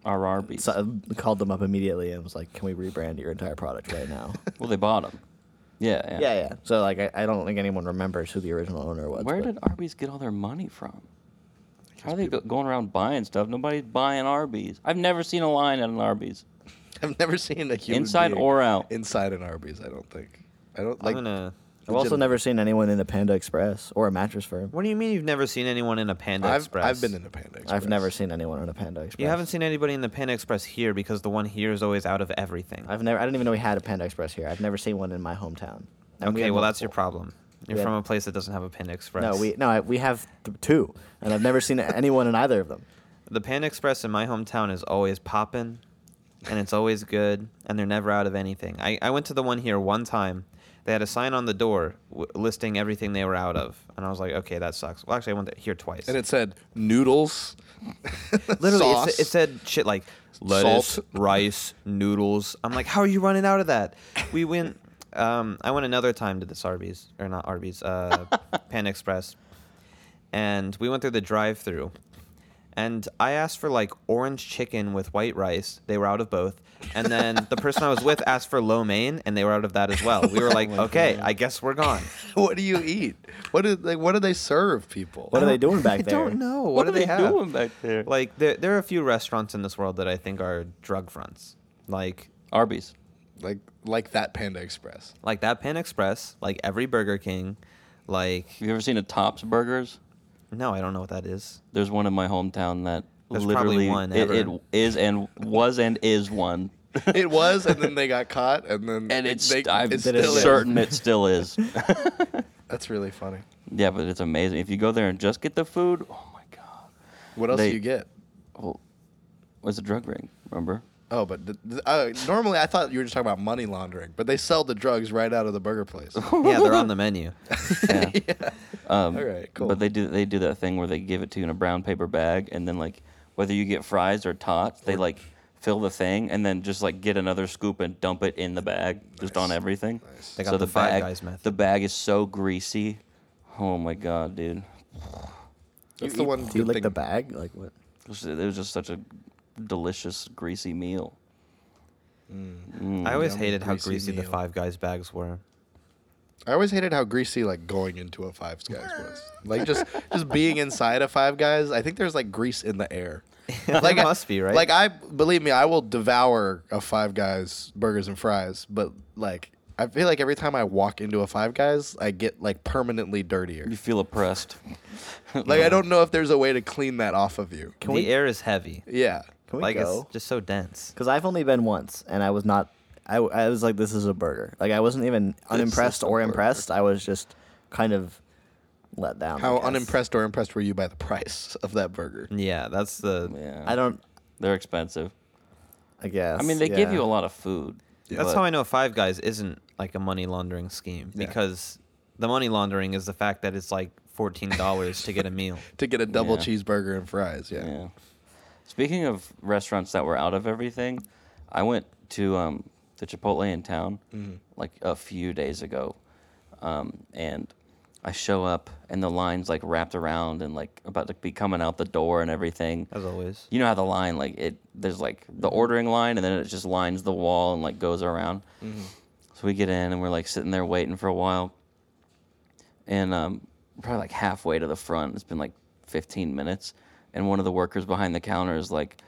S3: RRB.
S8: so- called them up immediately and was like, "Can we rebrand your entire product right now?"
S3: well, they bought them. Yeah, yeah.
S8: yeah, yeah. So like, I, I don't think anyone remembers who the original owner was.
S3: Where
S8: but-
S3: did Arby's get all their money from? How are they go- going around buying stuff? Nobody's buying Arby's. I've never seen a line at an Arby's.
S4: I've never seen a human
S3: Inside
S4: being
S3: or out?
S4: inside an Arby's. I don't think. I don't like.
S5: I'm gonna.
S8: I've also
S4: legitimate.
S8: never seen anyone in a Panda Express or a mattress firm.
S5: What do you mean you've never seen anyone in a Panda
S4: I've,
S5: Express?
S4: I've been in a Panda Express.
S8: I've never seen anyone in a Panda Express.
S5: You haven't seen anybody in the Panda Express here because the one here is always out of everything.
S8: I've never. I didn't even know we had a Panda Express here. I've never seen one in my hometown. And we
S5: okay,
S8: had
S5: well that's your
S8: multiple.
S5: problem. You're
S8: Yeah.
S5: from a place that doesn't have a Panda Express.
S8: No, we no I, we have th- two, and I've never seen anyone in either of them.
S5: The Panda Express in my hometown is always poppin', and it's always good, and they're never out of anything. I, I went to the one here one time. They had a sign on the door w- listing everything they were out of, and I was like, okay, that sucks. Well, actually, I went there- here twice.
S4: And it said noodles.
S5: Literally, it,
S4: sauce.
S5: sa- it said shit like lettuce,
S4: Salt.
S5: rice, noodles. I'm like, how are you running out of that? We went. Um, I went another time to this Arby's or not Arby's, uh, Pan Express, and we went through the drive-through, and I asked for like orange chicken with white rice. They were out of both, and then the person I was with asked for lo mein, and they were out of that as well. We were like, okay, I guess we're gone.
S4: what do you eat? What do they? What do they serve people?
S8: What are they doing back
S5: I
S8: there?
S5: don't know.
S3: What,
S5: What,
S3: are they,
S5: do they, have?
S3: doing back there?
S5: Like there, there are a few restaurants in this world that I think are drug fronts. Like
S3: Arby's.
S4: like like that Panda Express?
S5: like that Pan Express, like every Burger King, like
S3: Have you ever seen a Tops Burgers?
S5: no, I don't know what that is.
S3: There's one in my hometown that
S5: There's
S3: literally
S5: probably one
S3: it, it
S5: ever.
S3: is and was and is one,
S4: It was, and then they got caught, and then
S3: and it's
S4: they,
S3: I'm
S4: it's
S8: it
S4: still
S8: is.
S4: certain.
S3: certain it still is.
S4: That's really funny.
S3: yeah, but it's amazing if you go there and just get the food. Oh my god,
S4: What else
S3: They-
S4: do you get?
S3: well, was a drug ring. Remember?
S4: Oh, but th- th- uh, normally I thought you were just talking about money laundering, but they sell the drugs right out of the burger place.
S5: yeah, they're on the menu.
S3: Yeah.
S4: All right, cool.
S3: But they do they do that thing where they give it to you in a brown paper bag, and then like whether you get fries or tots, they like fill the thing and then just like get another scoop and dump it in the bag, just on everything.
S5: They got
S3: so
S5: the
S3: the,
S5: Five
S3: bag
S5: Guys method.
S3: the bag is so greasy. Oh my god, dude!
S4: That's the one.
S8: Do you
S4: good
S8: lick
S4: thing-
S8: the bag? Like what?
S3: It was, it was just such a delicious greasy meal.
S5: I always
S4: yummy,
S5: hated how
S4: greasy
S5: greasy the
S4: meal.
S5: Five Guys bags were.
S4: I always hated how greasy like going into a Five Guys was. Like just just being inside a Five Guys, I think there's like grease in the air. Like
S5: There
S4: I-
S5: must be, right?
S4: Like I believe me, I will devour a Five Guys burgers and fries, but like I feel like every time I walk into a Five Guys, I get like permanently dirtier.
S3: You feel oppressed.
S4: Like I don't know if there's a way to clean that off of you.
S5: the air is heavy.
S4: Yeah.
S8: Can we
S5: Like
S8: go?
S5: it's just so dense.
S8: Because I've only been once, and I was not. I, w- I was like, this is a burger. Like I wasn't even unimpressed
S4: a
S8: or
S4: burger.
S8: impressed. I was just kind of let down. I
S4: How
S8: guess.
S4: unimpressed or impressed were you by the price of that burger?
S5: Yeah, that's the.
S3: Yeah,
S8: I don't.
S3: They're expensive.
S8: I guess.
S3: I mean, they give
S8: yeah.
S3: you a lot of food.
S5: That's how I know Five Guys isn't like a money laundering scheme because the money laundering is the fact that it's like fourteen dollars to get a meal.
S4: To get a double
S3: Yeah.
S4: cheeseburger and fries, yeah.
S3: Yeah. Speaking of restaurants that were out of everything, I went to um, the Chipotle in town
S5: Mm-hmm.
S3: like a few days ago, um, and I show up and the line's like wrapped around and like about to be coming out the door and everything.
S5: As always. Mm-hmm.
S3: You know how the line like it there's like the ordering line and then it just lines the wall and like goes around.
S5: Mm-hmm.
S3: So we get in and we're like sitting there waiting for a while. And um, probably like halfway to the front, it's been like 15 minutes. And one of the workers behind the counter is like,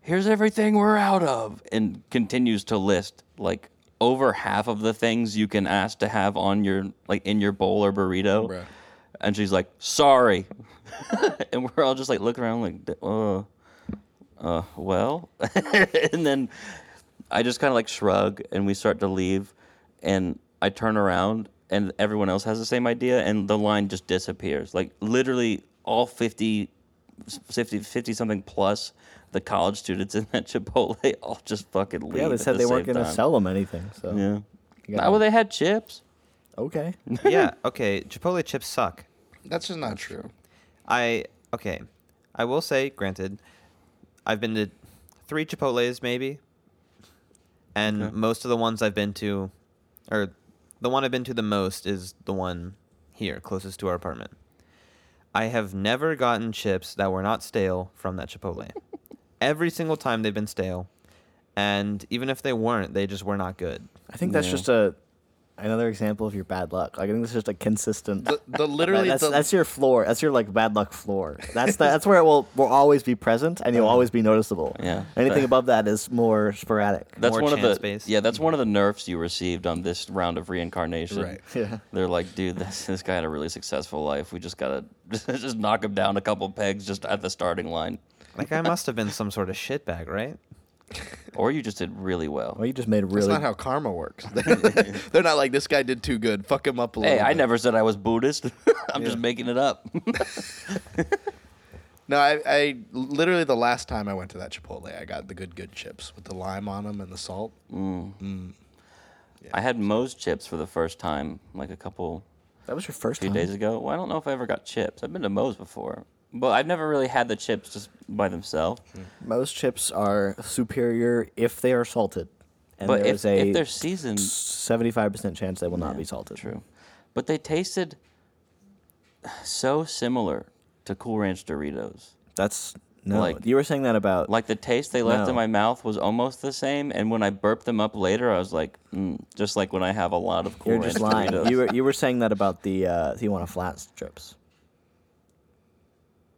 S3: here's everything we're out of. And continues to list like over half of the things you can ask to have on your, like in your bowl or burrito.
S4: Bruh.
S3: And she's like, sorry. and we're all just like looking around like, "D- uh, uh, well. and then I just kind of like shrug and we start to leave, and I turn around and everyone else has the same idea, and the line just disappears. Like literally all 50, 50, 50 something plus the college students in that Chipotle all just fucking leave.
S8: Yeah, they
S3: at
S8: said
S3: the
S8: they weren't
S3: same
S8: going to
S3: time.
S8: sell them anything. So
S3: Yeah.
S8: You got
S3: Ah, well, they had chips.
S8: okay.
S5: yeah, okay. Chipotle chips suck.
S4: That's just not true.
S5: I okay. I will say, granted, I've been to three Chipotle's maybe, and most of the ones I've been to, or the one I've been to the most is the one here closest to our apartment. I have never gotten chips that were not stale from that Chipotle. Every single time they've been stale, and even if they weren't, they just were not good.
S8: I think that's
S3: Yeah.
S8: just a another example of your bad luck. Like, I think that's just a consistent.
S4: The, the literally
S8: that's,
S4: the,
S8: that's your floor. That's your like bad luck floor. That's the, that's where it will will always be present and you'll always be noticeable.
S3: Yeah.
S8: Anything
S3: But-
S8: above that is more sporadic.
S3: That's
S5: More
S3: one of the
S5: chance-based.
S3: yeah. That's one of the nerfs you received on this round of reincarnation.
S4: Right.
S8: Yeah.
S3: They're like, dude, this this guy had a really successful life. We just gotta just knock him down a couple pegs just at the starting line,
S5: Like I must have been some sort of shitbag, right?
S3: or you just did really well.
S8: Well, you just made
S4: That's
S8: really
S4: not how karma works. They're not like this guy did too good. Fuck him up a little.
S3: Hey, I
S4: bit."
S3: never said I was Buddhist. I'm just making it up.
S4: No, I, I literally the last time I went to that Chipotle, I got the good good chips with the lime on them and the salt.
S3: I had Moe's chips for the first time like a couple
S8: That was your first
S3: few
S8: time.
S3: days ago. Well, I don't know if I ever got chips. I've been to Moe's before, but I've never really had the chips just by themselves.
S8: Most chips are superior if they are salted, and
S3: but
S8: there
S3: if,
S8: is a
S3: if they're seasoned,
S8: seventy-five percent chance they will not be salted.
S3: True. But they tasted so similar to Cool Ranch Doritos.
S8: That's no.
S3: Like-
S8: you were saying that about
S3: Like the taste they left
S8: No.
S3: in my mouth was almost the same, and when I burped them up later, I was like, mm, just like when I have a lot of Cool
S8: you're
S3: Ranch
S8: just lying.
S3: Doritos.
S8: you were you were saying that about the uh, Tijuana flat strips.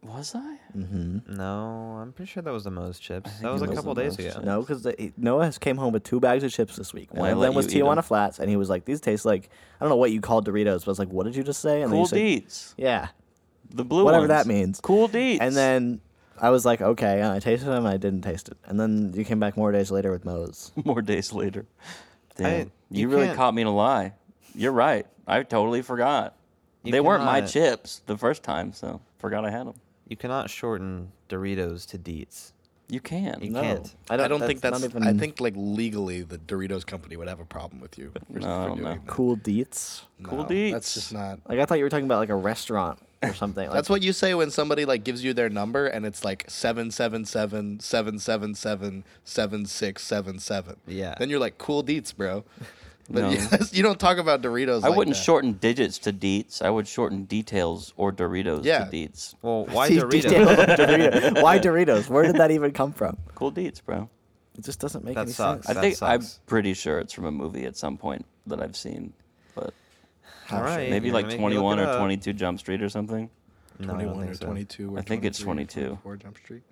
S3: Was I?
S5: No, I'm pretty sure that was the Moe's chips. That was
S3: it
S5: a
S3: was
S5: couple
S3: the
S5: days
S3: Moe's
S5: ago.
S3: chips.
S8: No, because Noah has came home with two bags of chips this week. One
S3: I
S8: of
S3: let
S8: them was
S3: you eat 'em.
S8: Tijuana Flats, and he was like, "These taste like I don't know what you call Doritos, but I was like, what did you just say?" And then you
S3: Cool
S8: said-
S3: Deets.
S8: Yeah,
S3: The blue
S8: whatever
S3: ones.
S8: that means.
S3: Cool Deets.
S8: And then I was like, "Okay," and I tasted them, and I didn't taste it. And then you came back more days later with Moe's.
S3: more days later. Damn. you
S5: you
S3: really
S5: can't-
S3: caught me in a lie. You're right. I totally forgot. They
S5: You
S3: weren't my
S5: cannot-
S3: chips the first time, so forgot I had them.
S5: You cannot shorten Doritos to Deets.
S3: You can.
S5: You
S8: No,
S5: can't.
S8: I
S4: I
S8: don't,
S4: don't think that's.
S8: not even
S4: I think like legally, the Doritos company would have a problem with you.
S3: No,
S4: for-
S3: I
S4: for
S3: don't know.
S4: doing that.
S8: cool deets.
S3: Cool
S4: No,
S3: Deets.
S4: That's just not.
S8: Like I thought you were talking about like a restaurant or something. Like,
S4: That's what you say when somebody like gives you their number and it's like seven seven seven seven seven seven seven six seven seven.
S5: Yeah.
S4: Then you're like cool deets, bro. But
S3: No.
S4: you, you don't talk about Doritos.
S3: I
S4: like
S3: wouldn't
S4: that.
S3: shorten digits to deets. I would shorten details or Doritos
S4: Yeah.
S3: to deets.
S5: Well, why
S8: These
S5: Doritos?
S8: details of Doritos. Why Doritos? Where did that even come from?
S3: Cool deets, bro.
S8: It just doesn't make
S5: That
S8: any
S5: sucks.
S3: I
S8: sense.
S5: That
S3: think
S5: sucks.
S3: I'm pretty sure it's from a movie at some point that I've seen, but
S5: All right.
S3: maybe
S5: you're
S3: like
S5: gonna make me look
S3: 21
S5: it
S3: or
S5: up.
S3: 22 Jump Street or something.
S5: No, I don't
S4: 21 or
S5: think so.
S4: 22 or
S3: I think it's
S4: 23 or
S3: 22.
S4: 24 Jump Street.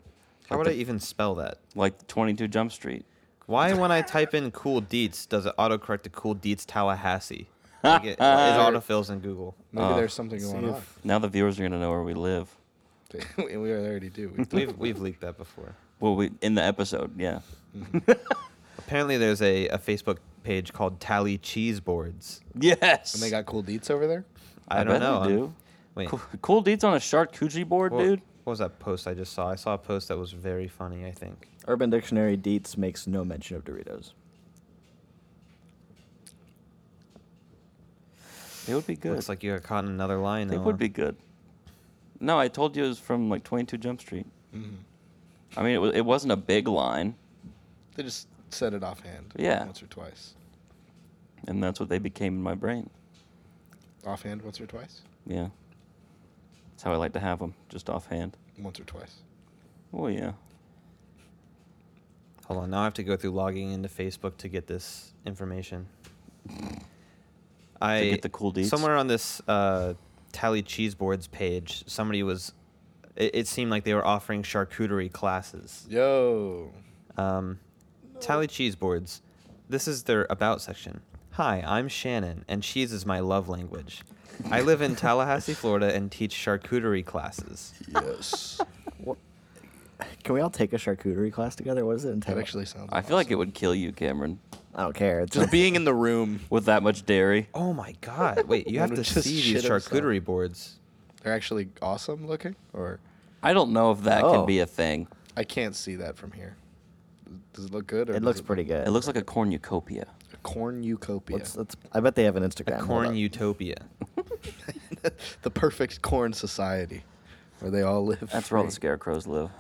S5: How would I even spell that?
S3: Like 22 Jump Street.
S5: Why, when I type in cool deets, does it autocorrect to cool deets Tallahassee? Like it, it autofills in Google.
S4: Maybe
S3: Uh,
S4: there's something going on.
S3: Now the viewers are gonna know where we live.
S4: we we already do. We-
S5: We've, we've leaked that before.
S3: Well, we in the episode, yeah.
S5: Apparently, there's a, a Facebook page called Tally Cheese Boards.
S3: Yes.
S4: and they got cool deets over there.
S5: I, don't
S3: bet
S5: know.
S3: They
S5: I'm-
S3: do.
S5: Wait,
S3: Cool, cool deets on a charcuterie board,
S5: what,
S3: dude.
S5: what was that post I just saw? I saw a post that was very funny, I think.
S8: Urban Dictionary deets makes no mention of Doritos.
S3: They would be good.
S5: Looks like you got caught in another line.
S3: They
S5: Noah.
S3: would be good. No, I told you it was from like 22 Jump Street.
S5: Mm-hmm.
S3: I mean, it, was, it wasn't a big line,
S4: They just said it offhand.
S3: Yeah.
S4: Once or twice.
S3: and that's what they became in my brain.
S4: Offhand once or twice.
S3: Yeah. That's how I like to have them, just offhand.
S4: Once or twice.
S3: Oh, yeah.
S5: Hold on, now I have to go through logging into Facebook to get this information. I
S3: get the cool deets?
S5: Somewhere on this uh, Tally Cheese Boards page, somebody was. It, it seemed like they were offering charcuterie classes.
S4: Yo.
S5: Um, Tally Cheese Boards. This is their about section. Hi, I'm Shannon, and cheese is my love language. I live in Tallahassee, Florida, and teach charcuterie classes.
S4: Yes.
S8: Can we all take a charcuterie class together? What does it entail?
S4: That actually sounds.
S3: I feel like it would kill you, Cameron,
S8: I don't care. It's
S4: just being in the room.
S3: with that much dairy.
S5: Oh my god! Wait, you have to
S4: Wanna just
S5: see these
S4: shit himself.
S5: charcuterie boards.
S4: They're actually awesome looking, or
S3: I don't know if that
S8: Oh.
S3: could be a thing.
S4: I can't see that from here. Does it look good? Or
S8: it
S4: does
S8: looks pretty good.
S3: It looks like a cornucopia.
S4: cornucopia.
S8: Let's, let's, I bet they have an Instagram. Hold
S5: Corn
S8: up.
S5: utopia.
S4: the perfect corn society, where they all live.
S3: That's where all the
S4: free.
S3: scarecrows live,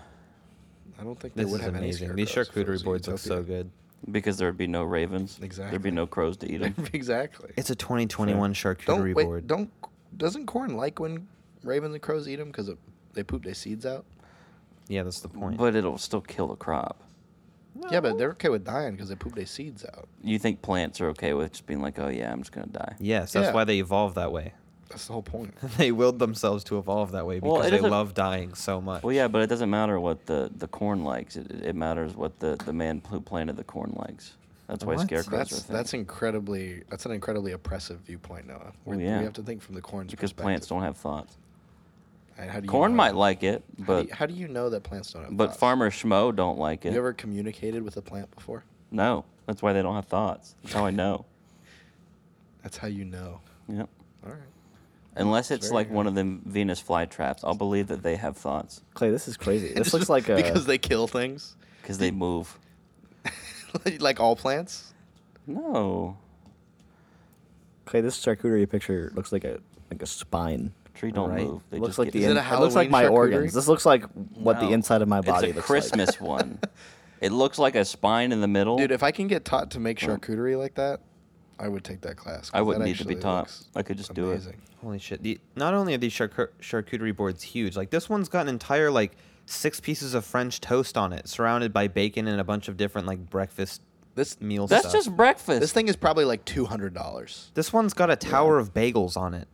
S4: I don't think they
S5: This
S4: would
S5: is
S4: have
S5: amazing.
S4: any
S5: These
S4: scarecrows if it was
S5: charcuterie
S4: a
S5: boards look so
S4: utopia.
S5: good.
S3: because there would be no ravens. There'd
S4: Exactly.
S3: be no crows to eat them.
S4: exactly.
S5: It's a 2021 charcuterie
S4: don't wait.
S5: board.
S4: Don't doesn't corn like when ravens and crows eat them because they poop their seeds out.
S5: Yeah, that's the point.
S3: But it'll still kill the crop.
S4: Yeah, but they're okay with dying because they poop their seeds out.
S3: You think plants are okay with just being like, oh yeah, I'm just gonna die?
S5: yes, that's
S4: Yeah.
S5: why they evolved that way.
S4: That's the whole point.
S5: they willed themselves to evolve that way
S3: Well,
S5: because
S3: it
S5: they
S3: doesn't-
S5: love dying so much.
S3: Well, yeah, but it doesn't matter what the, the corn likes. It, it matters what the, the man who planted the corn likes. That's why
S5: What?
S3: scarecrows are a
S4: That's
S3: thing.
S4: that's incredibly that's an incredibly oppressive viewpoint, Noah. We're,
S3: Well, Oh, yeah.
S4: We have to think from the corn's
S3: because plants
S4: perspective.
S3: don't have thoughts.
S4: And how do you
S3: Corn
S4: know-
S3: might like it,
S4: How do
S3: but
S4: you- how do you know that plants don't have
S3: but
S4: thoughts?
S3: farmer schmo don't like it.
S4: You ever communicated with a plant before?
S3: No, that's why they don't have thoughts. That's how I know.
S4: That's how you know.
S3: Yep.
S4: All right.
S3: Unless it's
S4: very
S3: like one of them Venus flytraps, I'll believe that they have thoughts
S8: Clay, this is crazy. This looks like a.
S4: because they kill things,
S3: because they move.
S4: like all plants.
S3: No,
S8: Clay, this charcuterie picture looks like a like a spine.
S3: tree don't
S5: Right.
S3: move. They
S8: looks
S3: just
S8: like
S3: get-
S8: the
S4: Is it a
S8: in- looks like
S4: Halloween
S8: my
S4: charcuterie?
S8: organs. This looks like what the
S3: No.
S8: inside of my body
S3: It's a
S8: looks
S3: Christmas one. It looks like a spine in the middle.
S4: Dude, if I can get taught to make charcuterie like that, I would take that class. 'cause
S3: I wouldn't
S4: that
S3: need to be
S4: actually
S3: taught.
S4: looks
S3: I could just do it.
S4: amazing.
S5: Holy shit! The, not only are these charcu- charcuterie boards huge, like this one's got an entire like six pieces of French toast on it, surrounded by bacon and a bunch of different like breakfast
S4: This
S5: meal
S3: That's
S5: stuff.
S3: just breakfast.
S4: this thing is probably like two hundred dollars.
S5: This one's got a tower of bagels on it.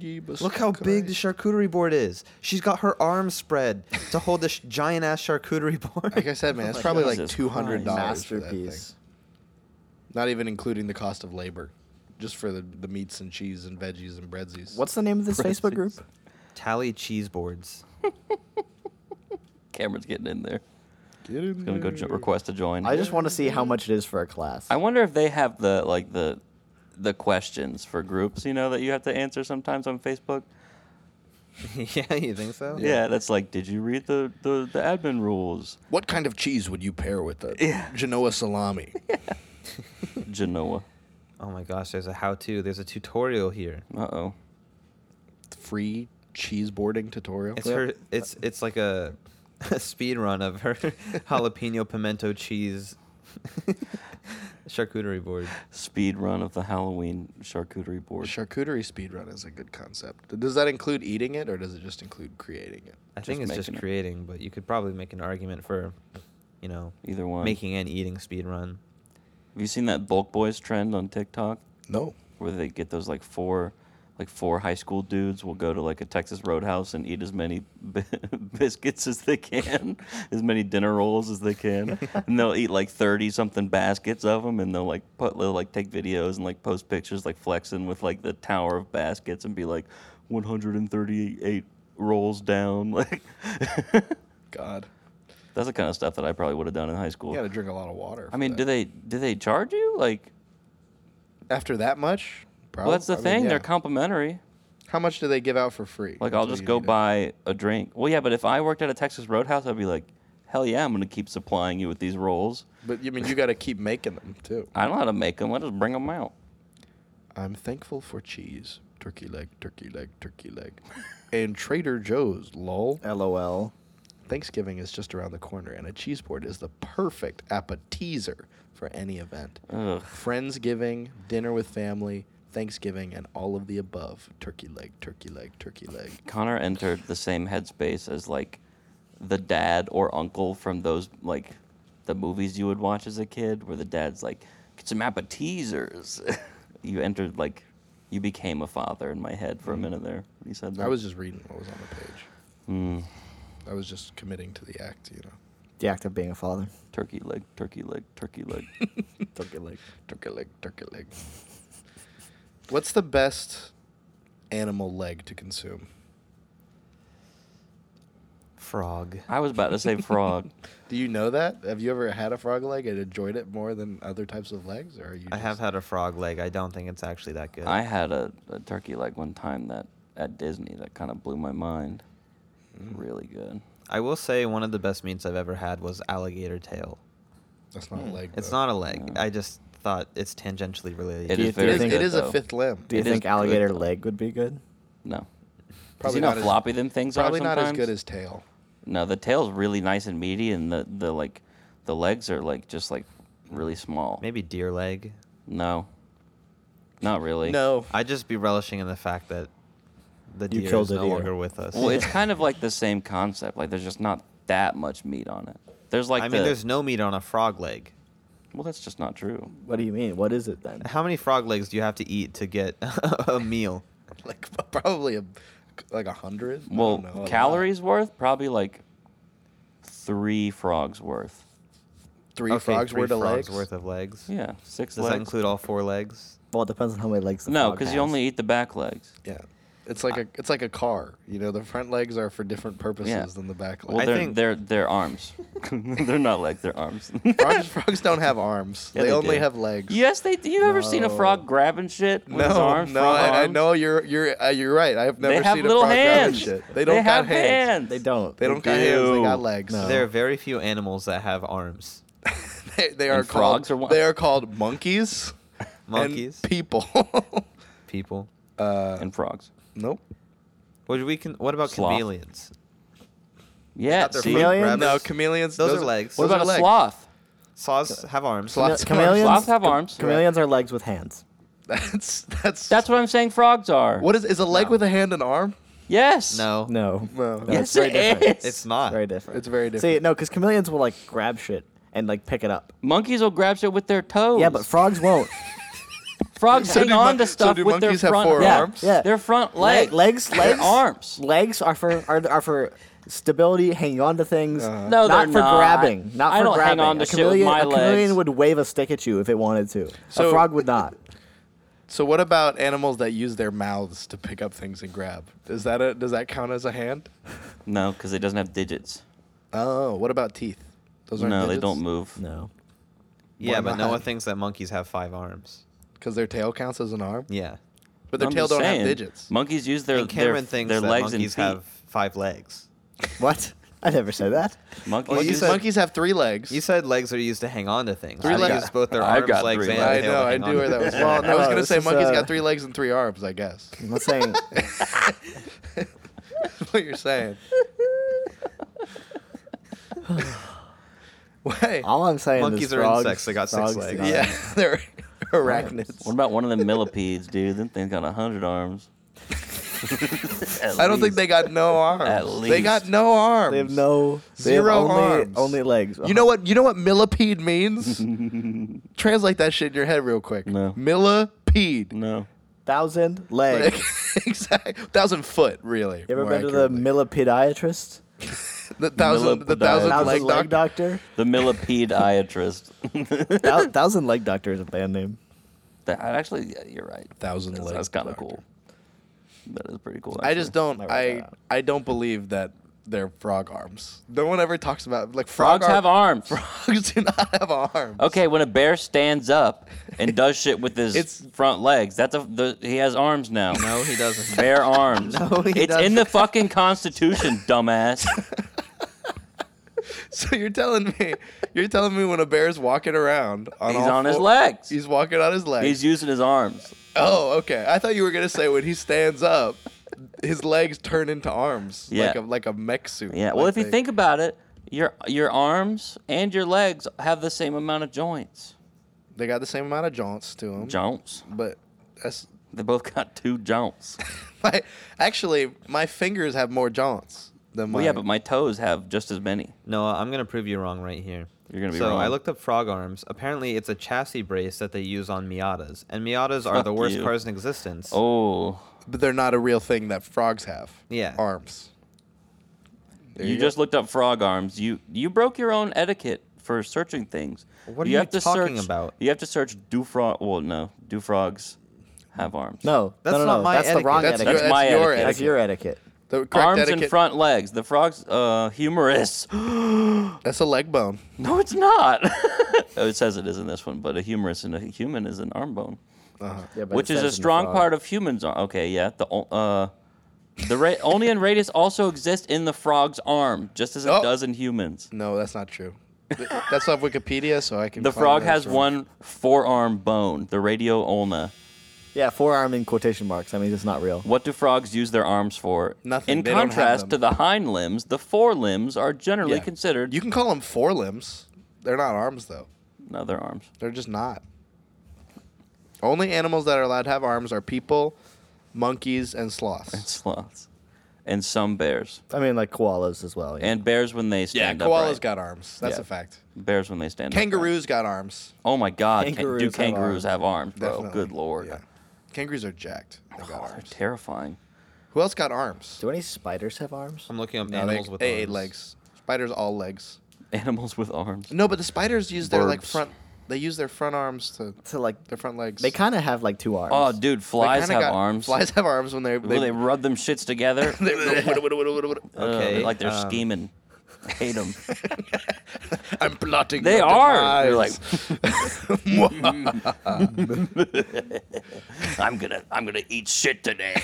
S3: Jesus.
S5: Look how big the charcuterie board is. She's got her arms spread to hold this giant ass charcuterie Oh board.
S4: Like I said, man, it's probably like
S3: Jesus
S4: two hundred
S8: like.
S4: dollars for that thing.
S8: Masterpiece.
S4: Not even including the cost of labor, just for the, the meats and cheese and veggies and breadsies.
S8: What's the name of this Facebook group?
S5: Tally cheese boards.
S3: Cameron's getting in there.
S4: Get in
S3: Gonna go jo- request to join.
S8: I just want to see how much it is for a class.
S3: I wonder if they have the like the the questions for groups, you know, that you have to answer sometimes on Facebook.
S5: Oh, yeah, you think so?
S3: Yeah, that's like, did you read the, the, the admin rules?
S4: What kind of cheese would you pair with a
S3: Yeah.
S4: Genoa salami?
S3: Genoa.
S5: Oh my gosh, there's a how to. There's a tutorial here.
S3: Uh oh.
S4: Free cheese boarding tutorial.
S5: It's her. It's it's like a, a speed run of her jalapeno pimento cheese charcuterie board.
S3: Speed run of the Halloween charcuterie board.
S4: Charcuterie speedrun is a good concept. Does that include eating it, or does it just include creating it?
S5: I think
S3: Just
S5: it's just
S3: making it.
S5: creating, but you could probably make an argument for, you know,
S3: Either one.
S5: making and eating speed run.
S3: Have you seen that bulk boys trend on TikTok
S4: No.
S3: where they get those like four like four high school dudes will go to like a Texas Roadhouse and eat as many bi- biscuits as they can, as many dinner rolls as they can, and they'll eat like thirty something baskets of them, and they'll like put they'll like take videos and like post pictures like flexing with like the tower of baskets and be like one hundred and thirty eight rolls down like
S4: God.
S3: that's the kind of stuff that I probably would have done in high school.
S4: You got to drink a lot of water.
S3: I mean, do they do they charge you like?
S4: after that much? Probably.
S3: Well, that's the thing. They're complimentary.
S4: How much do they give out for free?
S3: Like I'll
S4: until
S3: just
S4: you
S3: go
S4: need it?
S3: buy a drink. Well, yeah, but if I worked at a Texas Roadhouse, I'd be like, hell yeah, I'm gonna keep supplying you with these rolls.
S4: But you mean you got to keep making them too.
S3: I don't know how to make them. I just bring them out.
S4: I'm thankful for cheese, turkey leg, turkey leg, turkey leg, and Trader Joe's. Lol.
S8: LOL.
S4: Thanksgiving is just around the corner, and a cheese board is the perfect appetizer for any event.
S3: Ugh.
S4: Friendsgiving, dinner with family, Thanksgiving, and all of the above. Turkey leg, turkey leg, turkey leg.
S3: Connor entered the same headspace as like the dad or uncle from those like the movies you would watch as a kid, where the dad's like, get some appetizers. you entered like you became a father in my head for a minute there. when You said that.
S4: Mm-hmm. I was just reading what was on the page. I was just committing to the act, you know.
S8: The act of being a father.
S3: turkey leg, turkey leg, turkey leg.
S8: Don't get like.
S4: Turkey leg, turkey leg. What's the best animal leg to consume?
S5: frog.
S3: I was about to say frog.
S4: Do you know that? Have you ever had a frog leg and enjoyed it more than other types of legs? Or are you?
S5: I have
S4: just-
S5: had a frog leg. I don't think it's actually that good.
S3: I had a, a turkey leg one time that at Disney that kind of blew my mind.
S4: Mm.
S3: Really good.
S5: I will say one of the best meats I've ever had was alligator tail.
S4: That's not a leg.
S5: It's
S4: though.
S5: not a leg. I just thought it's tangentially related.
S3: It
S8: you
S3: is
S8: think-
S3: very
S4: It is,
S3: good.
S4: it is a
S3: though.
S4: fifth limb.
S8: Do you
S3: It is
S8: think
S3: good,
S8: alligator
S3: though.
S8: leg would be good?
S3: No. Probably
S4: Probably
S3: you know
S4: not
S3: how
S4: as-
S3: floppy them things
S4: Probably
S3: are
S4: not
S3: sometimes?
S4: as good as tail.
S3: No, the tail's really nice and meaty, and the, the like, the legs are like just like really small.
S5: Maybe deer leg.
S3: No, not really.
S4: No,
S5: I'd just be relishing in the fact that the
S8: You
S5: deer
S8: killed
S5: is
S8: a
S5: no
S8: deer.
S5: longer with us.
S3: Well, it's kind of like the same concept. Like, there's just not that much meat on it. There's like
S5: I mean,
S3: the-
S5: there's no meat on a frog leg.
S3: well, that's just not true.
S8: What do you mean? What is it then?
S5: How many frog legs do you have to eat to get a meal?
S4: like probably a like a hundred. I
S3: Well,
S4: don't know, a lot.
S3: calories worth probably like three frogs worth.
S4: Three
S5: Okay,
S4: frogs
S5: three
S4: worth of
S5: frogs
S4: legs.
S5: worth of legs.
S3: Yeah, six
S5: Does
S3: legs.
S5: that include all four legs?
S8: Well, it depends on how many legs. The
S3: no,
S8: frog
S3: because you
S8: has.
S3: only eat the back legs.
S4: Yeah, it's like a it's like a car. You know, the front legs are for different purposes
S3: Yeah.
S4: than the back
S3: Well,
S5: I
S4: legs.
S3: they're,
S5: think-
S3: they're they're arms. they're not legs. They're arms.
S4: frogs, frogs don't have arms.
S3: Yeah,
S4: they,
S3: they
S4: only
S3: do.
S4: have legs.
S3: yes, they. You ever seen a frog grabbing shit with his
S4: No,
S3: arms?
S4: no,
S3: frog
S4: I, I
S3: arms?
S4: know you're you're uh, you're right. I've never
S3: they have
S4: seen
S3: little
S4: a frog grab
S3: hands.
S4: shit. They don't got
S3: have
S4: hands.
S3: hands.
S8: They don't.
S4: They don't got hands. They got legs.
S5: There are very few animals that have arms.
S4: They, they are
S3: And frogs
S4: called
S3: are one-
S4: they are called monkeys. and
S5: Monkeys,
S4: people.
S5: people.
S3: and frogs.
S4: nope.
S5: What do we can? What about
S3: Sloth.
S5: chameleons?
S3: Yeah.
S5: Got their
S3: See,
S5: front
S8: Chameleons?
S5: grabbers.
S4: No, chameleons.
S5: Those are legs.
S3: what
S4: those
S3: about
S4: are
S3: a
S4: legs.
S3: sloth?
S5: Sloths have arms.
S4: Sloth- Lots of arms.
S8: chameleons.
S3: Sloths have arms.
S8: Chameleons are legs with hands.
S4: That's that's
S3: That's what I'm saying. Frogs are.
S4: what is is a leg with a hand and arm?
S3: Yes.
S5: No,
S8: No.
S4: No.
S3: Yes,
S8: it's very
S3: it
S8: different.
S3: is.
S5: it's not.
S8: Very different.
S4: It's very different.
S8: See, no, because chameleons will like grab shit and like pick it up.
S3: Monkeys will grab shit with their toes.
S8: Yeah, but frogs won't.
S3: frogs hang
S4: do mon-
S3: on to
S4: so
S3: stuff
S4: do
S3: with their
S4: monkeys have
S3: front
S4: four
S3: yeah,
S4: arms?
S8: Yeah.
S3: Their front leg.
S8: legs,
S3: Their
S8: legs,
S3: arms.
S8: Legs are for are, are for stability, hanging on to things.
S4: Uh-huh.
S3: No,
S8: not
S3: they're
S8: for
S3: not.
S8: grabbing. Not
S3: I
S8: for
S3: don't hang
S8: grabbing.
S3: on to
S8: a
S3: shit with
S8: chameleon,
S3: my
S8: a chameleon
S3: legs.
S8: would wave a stick at you if it wanted to.
S4: So-
S8: a frog would not.
S4: So what about animals that use their mouths to pick up things and grab? Is that a does that count as a hand?
S3: No, because it doesn't have digits.
S4: Oh, what about teeth? Those
S3: No,
S4: aren't
S3: they don't move.
S8: No.
S5: Yeah,
S4: Why
S5: but
S4: not?
S5: Noah thinks that monkeys have five arms.
S4: because their tail counts as an arm,
S5: Yeah,
S4: but their
S3: I'm
S4: tail
S3: just
S4: don't
S3: saying,
S4: have digits.
S3: Monkeys use their
S5: and Cameron
S3: their,
S5: thinks
S3: their
S5: that
S3: legs and
S5: monkeys
S3: feet.
S5: have five legs.
S8: What? I never said that.
S3: monkeys.
S5: Well, you
S3: use-
S5: said-
S4: Monkeys have three legs.
S5: You said legs are used to hang on to things.
S4: Three
S5: They
S4: legs.
S5: use both their
S1: I've
S5: arms,
S1: got
S5: legs,
S1: three
S5: and
S1: legs.
S4: I
S5: their tail
S4: know,
S5: to
S4: I
S5: hang on
S4: knew where
S5: to
S4: that was.
S5: things.
S4: going. I was
S8: no,
S4: gonna
S8: this
S4: say
S8: is,
S4: monkeys
S8: uh,
S4: got three legs and three arms. I guess
S8: I'm not saying.
S4: That's what you're saying. Wait,
S8: All I'm saying is
S5: Monkeys are
S8: frogs,
S5: insects. They got six
S8: frogs do
S5: legs.
S8: not.
S4: yeah, they're arachnids.
S3: what about one of the millipedes, dude? Them things got hundred arms. At
S4: I don't think
S3: least.
S4: they got no arms.
S3: At
S4: They got
S3: least.
S4: no arms.
S8: They have no. They
S4: Zero
S8: have only,
S4: arms.
S8: Only legs.
S4: You know what? You know what millipede means? Translate that shit in your head real quick.
S3: No.
S4: Millipede.
S3: No.
S8: Thousand legs.
S4: Like, exactly. Thousand foot, really.
S8: You ever
S4: more
S8: been to the
S4: accurately.
S8: millipediatrist?
S4: the thousand the
S3: millipediatrist?
S4: thousand,
S8: Thousand
S4: leg,
S8: leg
S4: doctor?
S8: doctor.
S3: The millipediatrist.
S8: Thou- Thousand leg doctor is a band name.
S3: that actually, yeah, you're right.
S4: Thousand
S3: That's,
S4: leg
S3: that's kind of
S4: doctor.
S3: cool. That is pretty cool.
S4: I just don't.
S8: Might write that
S4: I
S8: out.
S4: I don't believe that they're frog arms. No one ever talks about like frog
S3: frogs have arms.
S4: Frogs do not have arms.
S3: Okay, when a bear stands up and does shit with his
S4: It's-
S3: front legs, that's a the, he has arms now.
S5: No, he doesn't.
S3: Bear arms.
S5: he
S3: it's in
S5: doesn't.
S3: the fucking Constitution, dumbass.
S4: So you're telling me, you're telling me when a bear's walking around on
S3: He's
S4: all
S3: on his
S4: four-
S3: legs.
S4: He's walking on his legs.
S3: He's using his arms.
S4: Oh, okay. I thought you were gonna say when he stands up, his legs turn into arms,
S3: Yeah.
S4: like a like a mech suit.
S3: Yeah. Well,
S4: like
S3: if you
S4: they-
S3: think about it, your your arms and your legs have the same amount of joints.
S4: they got the same amount of jaunts to them,
S3: Joints.
S4: but that's
S3: They both got two joints.
S4: my actually my fingers have more jaunts than my.
S3: Well, yeah, but my toes have just as many.
S5: Noah, I'm gonna prove you wrong right here.
S3: You're gonna be
S5: so
S3: wrong.
S5: I looked up frog arms. Apparently, it's a chassis brace that they use on Miatas, and Miatas are the
S3: Fuck
S5: worst
S3: you.
S5: cars in existence.
S3: Oh,
S4: but they're not a real thing that frogs have.
S5: Yeah.
S4: arms. There
S3: you,
S4: go.
S3: just looked up frog arms. You you broke your own etiquette for searching things.
S5: What are you
S3: have to
S5: talking
S3: search,
S5: about?
S3: You have to search do frog. Well, no, do frogs have arms?
S8: No,
S5: That's
S8: no, no,
S5: not
S8: no.
S5: my
S8: that's
S5: etiquette.
S8: the wrong
S4: that's,
S8: etiquette.
S4: your,
S3: That's my
S4: your
S3: etiquette.
S8: That's your etiquette.
S4: The correct
S3: Arms
S4: etiquette-
S3: and front legs. The frog's uh, humerus.
S4: That's a leg bone.
S3: no, it's not. oh, it says it is in this one, but a humerus and a human is an arm bone,
S8: Yeah, but
S3: which
S8: it
S3: is
S8: says in
S3: a
S8: the
S3: strong
S8: frog.
S3: part of humans. ar- Okay, yeah. The o- uh, the ra- onion radius also exists in the frog's arm, just as it
S4: Oh.
S3: does in humans.
S4: No, that's not true. Th- that's off Wikipedia, so I can.
S3: The
S4: find
S3: frog
S4: that's
S3: has
S4: wrong.
S3: one forearm bone, the radioulna.
S8: Yeah, forearm in quotation marks. I mean, it's not real.
S3: What do frogs use their arms for?
S4: Nothing.
S3: In
S4: They don't have
S3: contrast to
S4: them.
S3: the hind limbs, the forelimbs are generally
S4: Yeah.
S3: considered
S4: You can call them forelimbs. They're not arms though.
S3: no, their arms.
S4: They're just not. Only animals that are allowed to have arms are people, monkeys, and sloths.
S3: sloths and some bears
S8: I mean, like koalas as well. yeah.
S3: and bears when they
S4: Yeah,
S3: stand
S4: koalas
S3: upright.
S4: got arms. That's
S3: Yeah.
S4: a fact.
S3: bears when they stand upright.
S4: Kangaroos got arms.
S3: oh my god can-
S8: Kangaroos
S3: do
S8: have
S3: kangaroos
S8: arms.
S3: have arms, bro
S4: Definitely.
S3: good lord
S4: Yeah. Kangaroos are jacked. They got
S3: God,
S4: arms.
S3: terrifying
S4: Who else got arms?
S8: Do any spiders have arms?
S5: I'm looking up
S4: No, they,
S5: animals with
S4: they ate
S5: arms.
S4: legs. Spiders all legs.
S3: animals with arms
S4: No, but the spiders use their like
S3: Burbs.
S4: front. They use their front arms to
S8: To like,
S4: their front legs.
S8: they kind of have like two arms.
S3: oh dude
S4: They
S3: flies
S4: kinda
S3: have
S4: got-
S3: arms
S4: Flies have arms when they.
S3: Will they
S4: they,
S3: rub them shits together
S4: they,
S3: okay
S5: Okay,
S3: like they're
S5: um,
S3: scheming I hate them
S4: I'm plotting.
S3: they
S4: your
S3: are they're like
S4: demise.
S3: i'm gonna i'm gonna eat shit today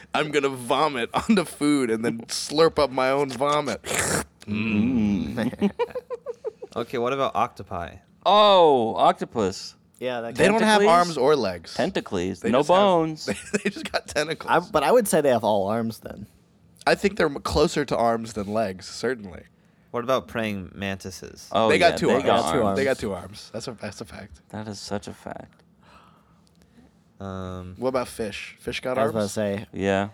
S4: I'm gonna vomit on the food and then slurp up my own vomit.
S5: Okay, what about octopi?
S3: oh octopus
S8: yeah. That
S4: They don't have
S3: Tentacles?
S4: arms or legs.
S3: tentacles
S4: They
S3: no
S4: just have-
S3: bones
S4: they, they just got tentacles.
S8: I, but I would say they have all arms then.
S4: I think they're m- closer to arms than legs. Certainly,
S5: What about praying mantises?
S3: oh
S4: they got
S3: yeah,
S4: two
S3: they
S4: arms.
S3: got
S8: They got two
S3: arms
S8: arms.
S4: They got two arms. That's a that's a fact.
S3: that is such a fact
S5: Um,
S4: What about fish? Fish got
S8: I was about to
S4: arms.
S8: say.
S3: Yeah,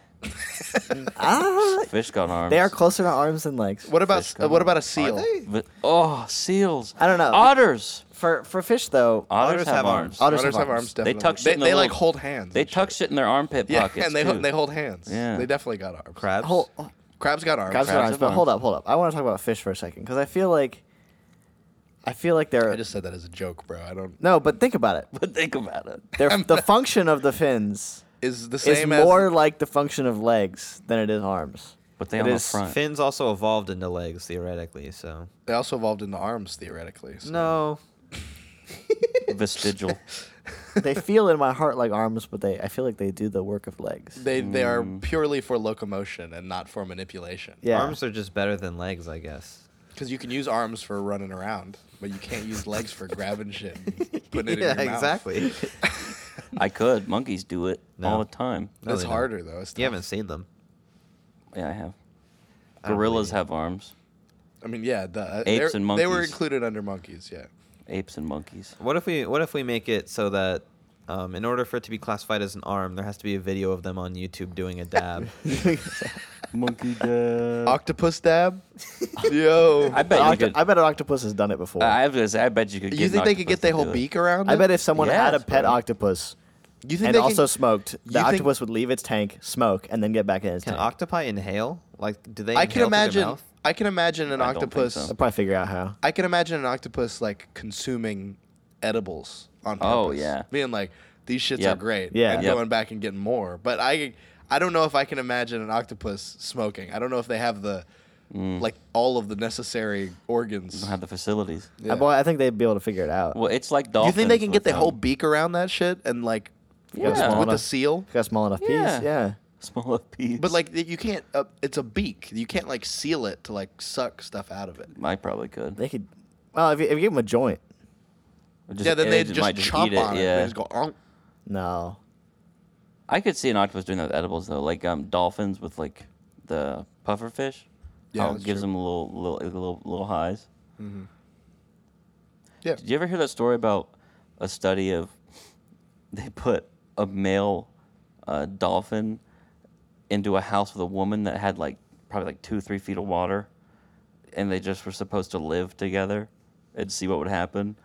S8: Ah,
S3: fish got arms.
S8: they are closer to arms than legs.
S4: What about
S3: Fish
S4: uh,
S3: got
S4: what about a seal?
S3: But, oh, seals.
S8: I don't know.
S3: Otters.
S8: For for fish though,
S4: Ah,
S3: Otters,
S5: Otters
S3: have,
S5: have
S3: arms.
S8: arms.
S4: Otters, have arms.
S3: They
S4: Definitely.
S3: tuck shit
S4: They,
S3: in the
S4: they, like
S3: little-
S4: hold hands.
S3: They
S4: and
S3: tuck shit in their armpit
S4: Yeah,
S3: pockets
S4: and they
S3: too.
S4: ho- they hold hands.
S3: Yeah.
S4: They definitely got arms.
S5: crabs.
S8: Whole,
S4: Crabs got arms.
S8: crabs are
S3: Crabs
S8: arms,
S3: have
S8: but hold
S3: arms.
S8: up, hold up. I want to talk about fish for a second because I feel like, I feel like they're
S4: I just said that as a joke, bro. I don't.
S8: no, but think about it.
S3: But think about it.
S8: They're, the function of the fins
S4: Is the
S8: is
S4: same as
S8: more like the function of legs than it is arms.
S3: But they
S8: It
S3: on the
S8: is
S3: front.
S5: Fins also evolved into legs theoretically, so
S4: They also evolved into arms theoretically. so-
S5: no.
S3: Vestigial.
S8: they feel in my heart like arms, but they I feel like they do the work of legs.
S4: They they are purely for locomotion and not for manipulation.
S8: Yeah,
S5: Arms are just better than legs, I guess.
S4: Because you can use arms for running around, but you can't use legs for grabbing shit and putting it in your mouth.
S5: exactly.
S3: I could. Monkeys do it
S5: No.
S3: all the time.
S5: No,
S4: That's
S5: they don't.
S4: harder though. It's
S5: You
S4: tough.
S5: haven't seen them.
S3: Yeah, I have.
S5: don't
S3: Gorillas
S5: believe it.
S3: have arms.
S4: I mean, yeah, the, uh,
S3: Apes
S4: they're-
S3: and
S4: They were
S3: monkeys.
S4: included under monkeys. Yeah.
S3: Apes and monkeys.
S5: What if we What if we make it so that, um, in order for it to be classified as an arm, there has to be a video of them on YouTube doing a dab.
S3: Monkey dad.
S4: Octopus dab. Yo.
S3: I bet
S8: An
S3: you
S8: octo-
S3: could.
S8: I bet an octopus has done it before.
S3: I was gonna say. I bet you could.
S4: you
S3: get an
S4: think they could
S3: octopus
S4: get their
S3: to
S4: whole
S3: do it.
S4: beak around?
S8: I
S4: it?
S8: bet if someone had a
S3: Yes,
S8: pet
S3: bro.
S8: octopus
S4: You think
S8: and
S4: they
S8: also
S4: can,
S8: smoked,
S4: you
S8: the
S4: think-
S8: octopus would leave its tank, smoke, and then get back in its
S5: Can
S8: tank.
S5: octopi inhale? Like, do they?
S4: I can
S5: inhale through their
S4: imagine.
S5: mouth?
S4: I can imagine an
S3: I don't think
S4: octopus.
S3: so.
S8: They'll probably figure out how.
S4: I can imagine an octopus like consuming edibles on purpose.
S3: Oh, yeah.
S4: being like these shits
S3: Yep.
S4: are great.
S8: Yeah.
S4: and
S3: Yep.
S4: going back and getting more. But I, I don't know if I can imagine an octopus smoking. I don't know if they have the, like all of the necessary organs.
S3: Mm. Don't have the facilities.
S4: Yeah.
S8: Uh, Boy, I think they'd be able to figure it out.
S3: Well, it's like
S4: Do you
S3: dolphins.
S4: think they can get
S3: with
S4: their whole
S3: them.
S4: beak around that shit and like with,
S3: Yeah.
S4: with
S8: Small
S4: the
S8: enough-
S4: seal?
S8: Got a small enough piece.
S3: Yeah.
S8: Yeah.
S3: Small piece.
S4: But like you can't. Uh, it's a beak. You can't like seal it to like suck stuff out of it.
S3: I probably could.
S8: They could. Well, if you, if you give them a joint,
S3: Just-
S4: yeah, then they
S3: might
S4: just chomp
S3: eat
S4: on it.
S3: Yeah.
S4: They just go. "Onk."
S8: no.
S3: I could see an octopus doing that with edibles though, like um, dolphins with like the puffer fish.
S4: Yeah,
S3: how it
S4: that's
S3: gives
S4: true.
S3: them little little little little highs.
S4: Yeah.
S3: Did you ever hear that story about a study of they put a male uh, dolphin into a house with a woman that had like probably like two three feet of water, and they just were supposed to live together and see what would happen,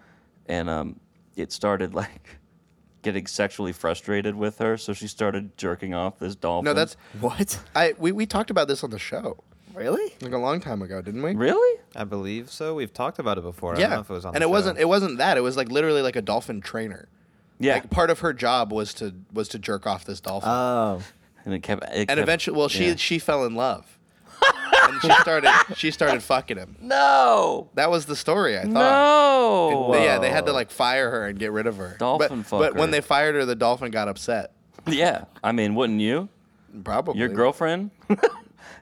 S3: and um, it started like. Getting sexually frustrated with her, so she started jerking off this dolphin.
S4: No, that's
S8: What?
S4: I. We we talked about this on the show.
S8: Really?
S4: like a long time ago, didn't we?
S3: really
S5: I believe so. We've talked about it before. I don't
S4: Yeah,
S5: know if it was on
S4: and
S5: the
S4: it
S5: show.
S4: wasn't. It wasn't that. It was like literally like a dolphin trainer.
S3: yeah.
S4: Uh, Like part of her job was to was to jerk off this dolphin.
S8: Oh.
S3: and it kept. It
S4: and
S3: kept-
S4: eventually, well, she
S3: yeah.
S4: she fell in love, and she started she started fucking him.
S3: No.
S4: That was the story. I thought.
S3: No.
S4: They- Uh, yeah, they had to like fire her and get rid of her.
S3: Oh, Dolphin
S4: but, but when
S3: fucker.
S4: they fired her, the dolphin got upset.
S3: Yeah. I mean, wouldn't you?
S4: Probably
S3: Your girlfriend,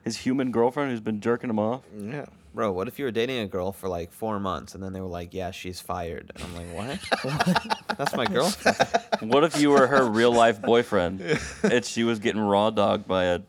S3: his human girlfriend, who's been jerking him off.
S4: Yeah.
S5: Bro, what if you were dating a girl for like four months and then they were like, yeah, she's fired? And I'm like, what? That's my girlfriend.
S3: What if you were her real life boyfriend, and she was getting raw dogged by a,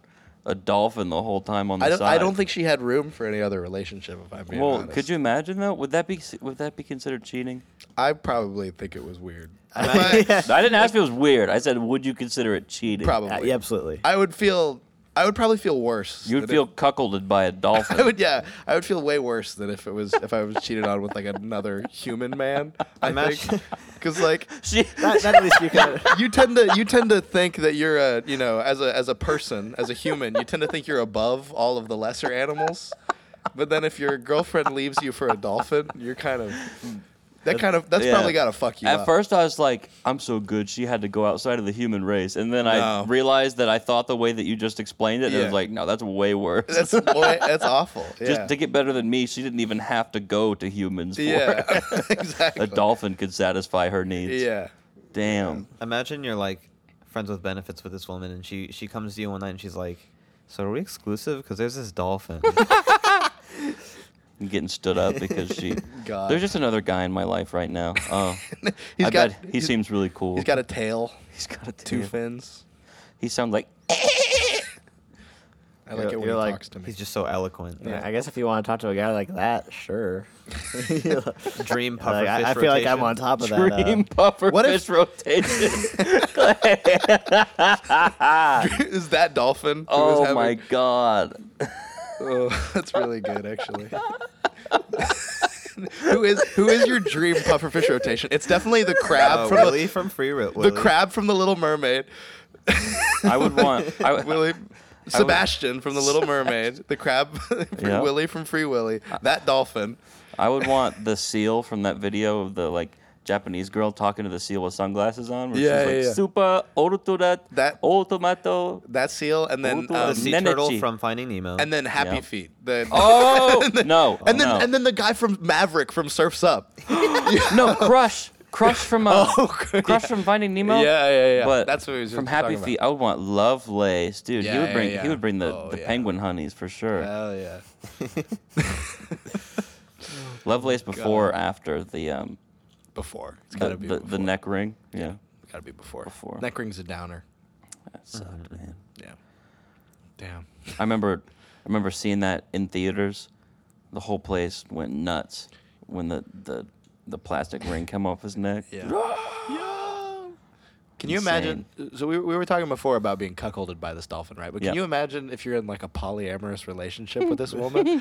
S3: a dolphin the whole time on the
S4: I don't.
S3: side?
S4: I don't think she had room for any other relationship. If I'm being
S3: Well,
S4: honest.
S3: could you imagine though? Would that be would that be considered cheating?
S4: I probably think it was weird.
S8: yeah,
S3: I didn't ask if it was weird. I said, would you consider it cheating?
S4: Probably.
S8: yeah, absolutely.
S4: I would feel. I would probably feel worse.
S3: You would
S4: than
S3: feel
S4: if-
S3: cuckolded by a dolphin.
S4: I would. Yeah. I would feel way worse than if it was if I was cheated on with like another human man. I
S5: Imagine-
S4: think. Because like
S3: she,
S8: That, that at least you can.
S4: you tend to you tend to think that you're a you know as a as a person as a human you tend to think you're above all of the lesser animals but then if your girlfriend leaves you for a dolphin you're kind of that kind of that's
S3: Yeah.
S4: probably gotta fuck you
S3: At
S4: up.
S3: first, I was like, I'm so good. She had to go outside of the human race. And then I
S4: No.
S3: realized that I thought the way that you just explained it, and I was
S4: Yeah.
S3: like, no, that's way worse.
S4: that's boy, that's awful yeah,
S3: just to get better than me, she didn't even have to go to humans for it.
S4: yeah exactly
S3: A dolphin could satisfy her needs.
S4: yeah
S3: Damn.
S5: Imagine you're like friends with benefits with this woman and she, she comes to you one night and she's like, so are we exclusive? Because there's this dolphin.
S3: I'm getting stood up because she.
S4: God.
S3: There's just another guy in my life right now. Oh,
S4: He's
S3: I
S4: got
S3: bet he
S4: he's-
S3: seems really cool.
S4: he's got a tail
S3: He's got a
S4: two
S3: tail.
S4: fins
S3: He sounds like.
S4: I like
S8: You're-
S4: it when he
S8: you're like-
S4: talks to me
S5: He's just so eloquent.
S8: Yeah, I guess if you want to talk to a guy like that, sure.
S5: Dream pufferfish
S8: Like, I, I feel like I'm
S5: rotation.
S8: on top of that. uh,
S3: Dream puffer
S4: What if-
S3: fish rotation.
S4: is that dolphin who was
S3: oh
S4: having-
S3: my god.
S4: Oh, that's really good, actually. who is who is your dream pufferfish rotation? It's definitely the crab
S3: Uh,
S5: Oh,
S4: from
S5: Willie from Free Will.
S4: the, the crab from the Little Mermaid.
S3: I would want. I, would-
S4: Willie, Sebastian from the Little Mermaid, the crab, from
S3: Yeah.
S4: Willie from Free Willy, that dolphin.
S3: I would want the seal from that video of the like Japanese girl talking to the seal with sunglasses on. Where
S4: Yeah,
S3: she's like,
S4: yeah, yeah.
S3: Super oruturat
S4: That-
S3: automato.
S4: That seal, and then
S3: Ooh,
S5: the
S4: um,
S5: Uh, sea
S3: Nenechi.
S5: turtle from Finding Nemo.
S4: and then Happy
S3: Yeah.
S4: Feet. The,
S3: Oh no!
S4: and then
S3: no.
S4: and then the guy from Maverick from Surfs Up.
S3: no crush, crush from uh,
S4: Oh, great.
S3: crush from Finding Nemo.
S4: Yeah, yeah, yeah.
S3: But
S4: That's what we was just
S3: from Happy
S4: talking about.
S3: Feet. I would want Love Lace, dude. he
S4: Yeah,
S3: would
S4: yeah,
S3: bring he
S4: yeah.
S3: would bring the,
S4: Oh,
S3: the
S4: yeah.
S3: penguin honeys for sure.
S4: Hell yeah.
S3: Love Lace before or after the um
S4: Before it's
S3: the,
S4: gotta be
S3: the, the
S4: before.
S3: neck ring. Yeah,
S4: gotta be before.
S3: Before.
S4: Neck rings a downer. Uh-huh.
S3: that sucked, man.
S4: Yeah. Damn.
S3: I remember, I remember seeing that in theaters. The whole place went nuts when the the, the plastic ring came off his neck.
S4: Yeah. Can you imagine? So we, we were talking before about being cuckolded by this dolphin, right? But can
S3: Yeah.
S4: you imagine if you're in like a polyamorous relationship with this woman,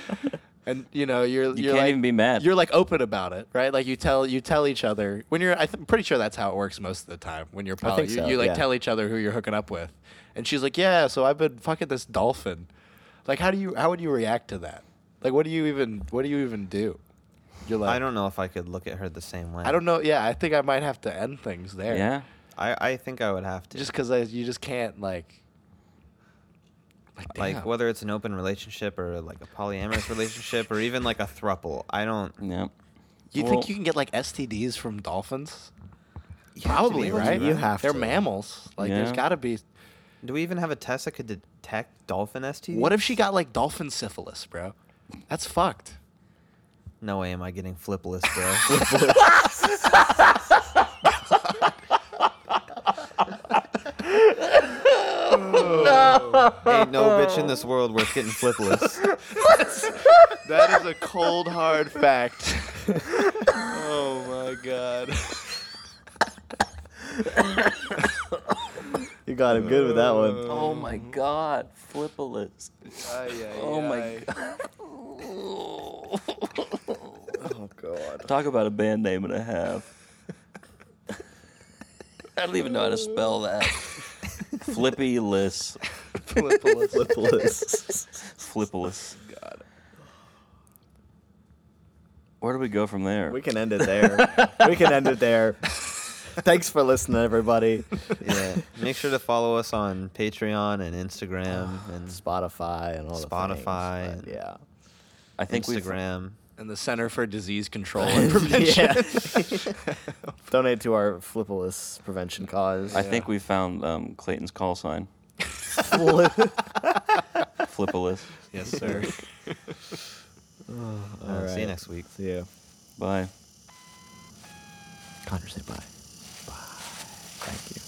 S4: and you know you're you are you are
S3: can't
S4: like,
S3: even be mad.
S4: You're like open about it, right? Like you tell you tell each other when you're. I th- I'm pretty sure that's how it works most of the time when you're poly.
S8: think
S4: you-
S8: so,
S4: you, like
S8: yeah.
S4: tell each other who you're hooking up with, and she's like, "Yeah, so I've been fucking this dolphin." Like, how do you how would you react to that? Like, what do you even what do you even do? You're like,
S5: I don't know if I could look at her the same way.
S4: I don't know. Yeah, I think I might have to end things there.
S3: Yeah.
S5: I, I think I would have to.
S4: just because you just can't like like,
S5: like
S4: damn.
S5: whether it's an open relationship or like a polyamorous relationship or even like a thruple. I don't.
S3: Yeah.
S4: you
S3: well-
S4: think you can get like STDs from dolphins?
S5: have to be
S4: Probably,
S5: able to,
S4: right?
S8: You have
S4: They're
S8: to.
S4: mammals. Like, there's
S3: Yeah.
S4: got to be.
S5: Do we even have a test that could detect dolphin STD?
S4: What if she got like dolphin syphilis, bro? That's fucked.
S5: No way am I getting flipless, bro. Ain't no bitch in this world worth getting flipless.
S4: That is a cold hard fact. oh my god.
S8: You got him good with that one.
S3: Oh my God, flipperless. Oh my God.
S8: Oh god.
S3: Talk about a band name and a half. I don't even know how to spell that. Flippyless. Flippyless. God. Where do we go from there?
S8: We can end it there. we can end it there. Thanks for listening, everybody.
S5: yeah. Make sure to follow us on Patreon and Instagram
S8: And
S5: and
S8: Spotify and all the things,
S5: Spotify.
S8: but yeah.
S3: I think we've-
S5: Instagram.
S7: And the Center for Disease Control and Prevention.
S8: Donate to our flippolis prevention cause.
S3: I think we found um, Clayton's call sign. Flippolis.
S4: Yes, sir.
S5: Uh, See you
S8: right.
S5: next week.
S8: See you.
S3: Bye.
S8: Connor, say bye. Bye. Thank you.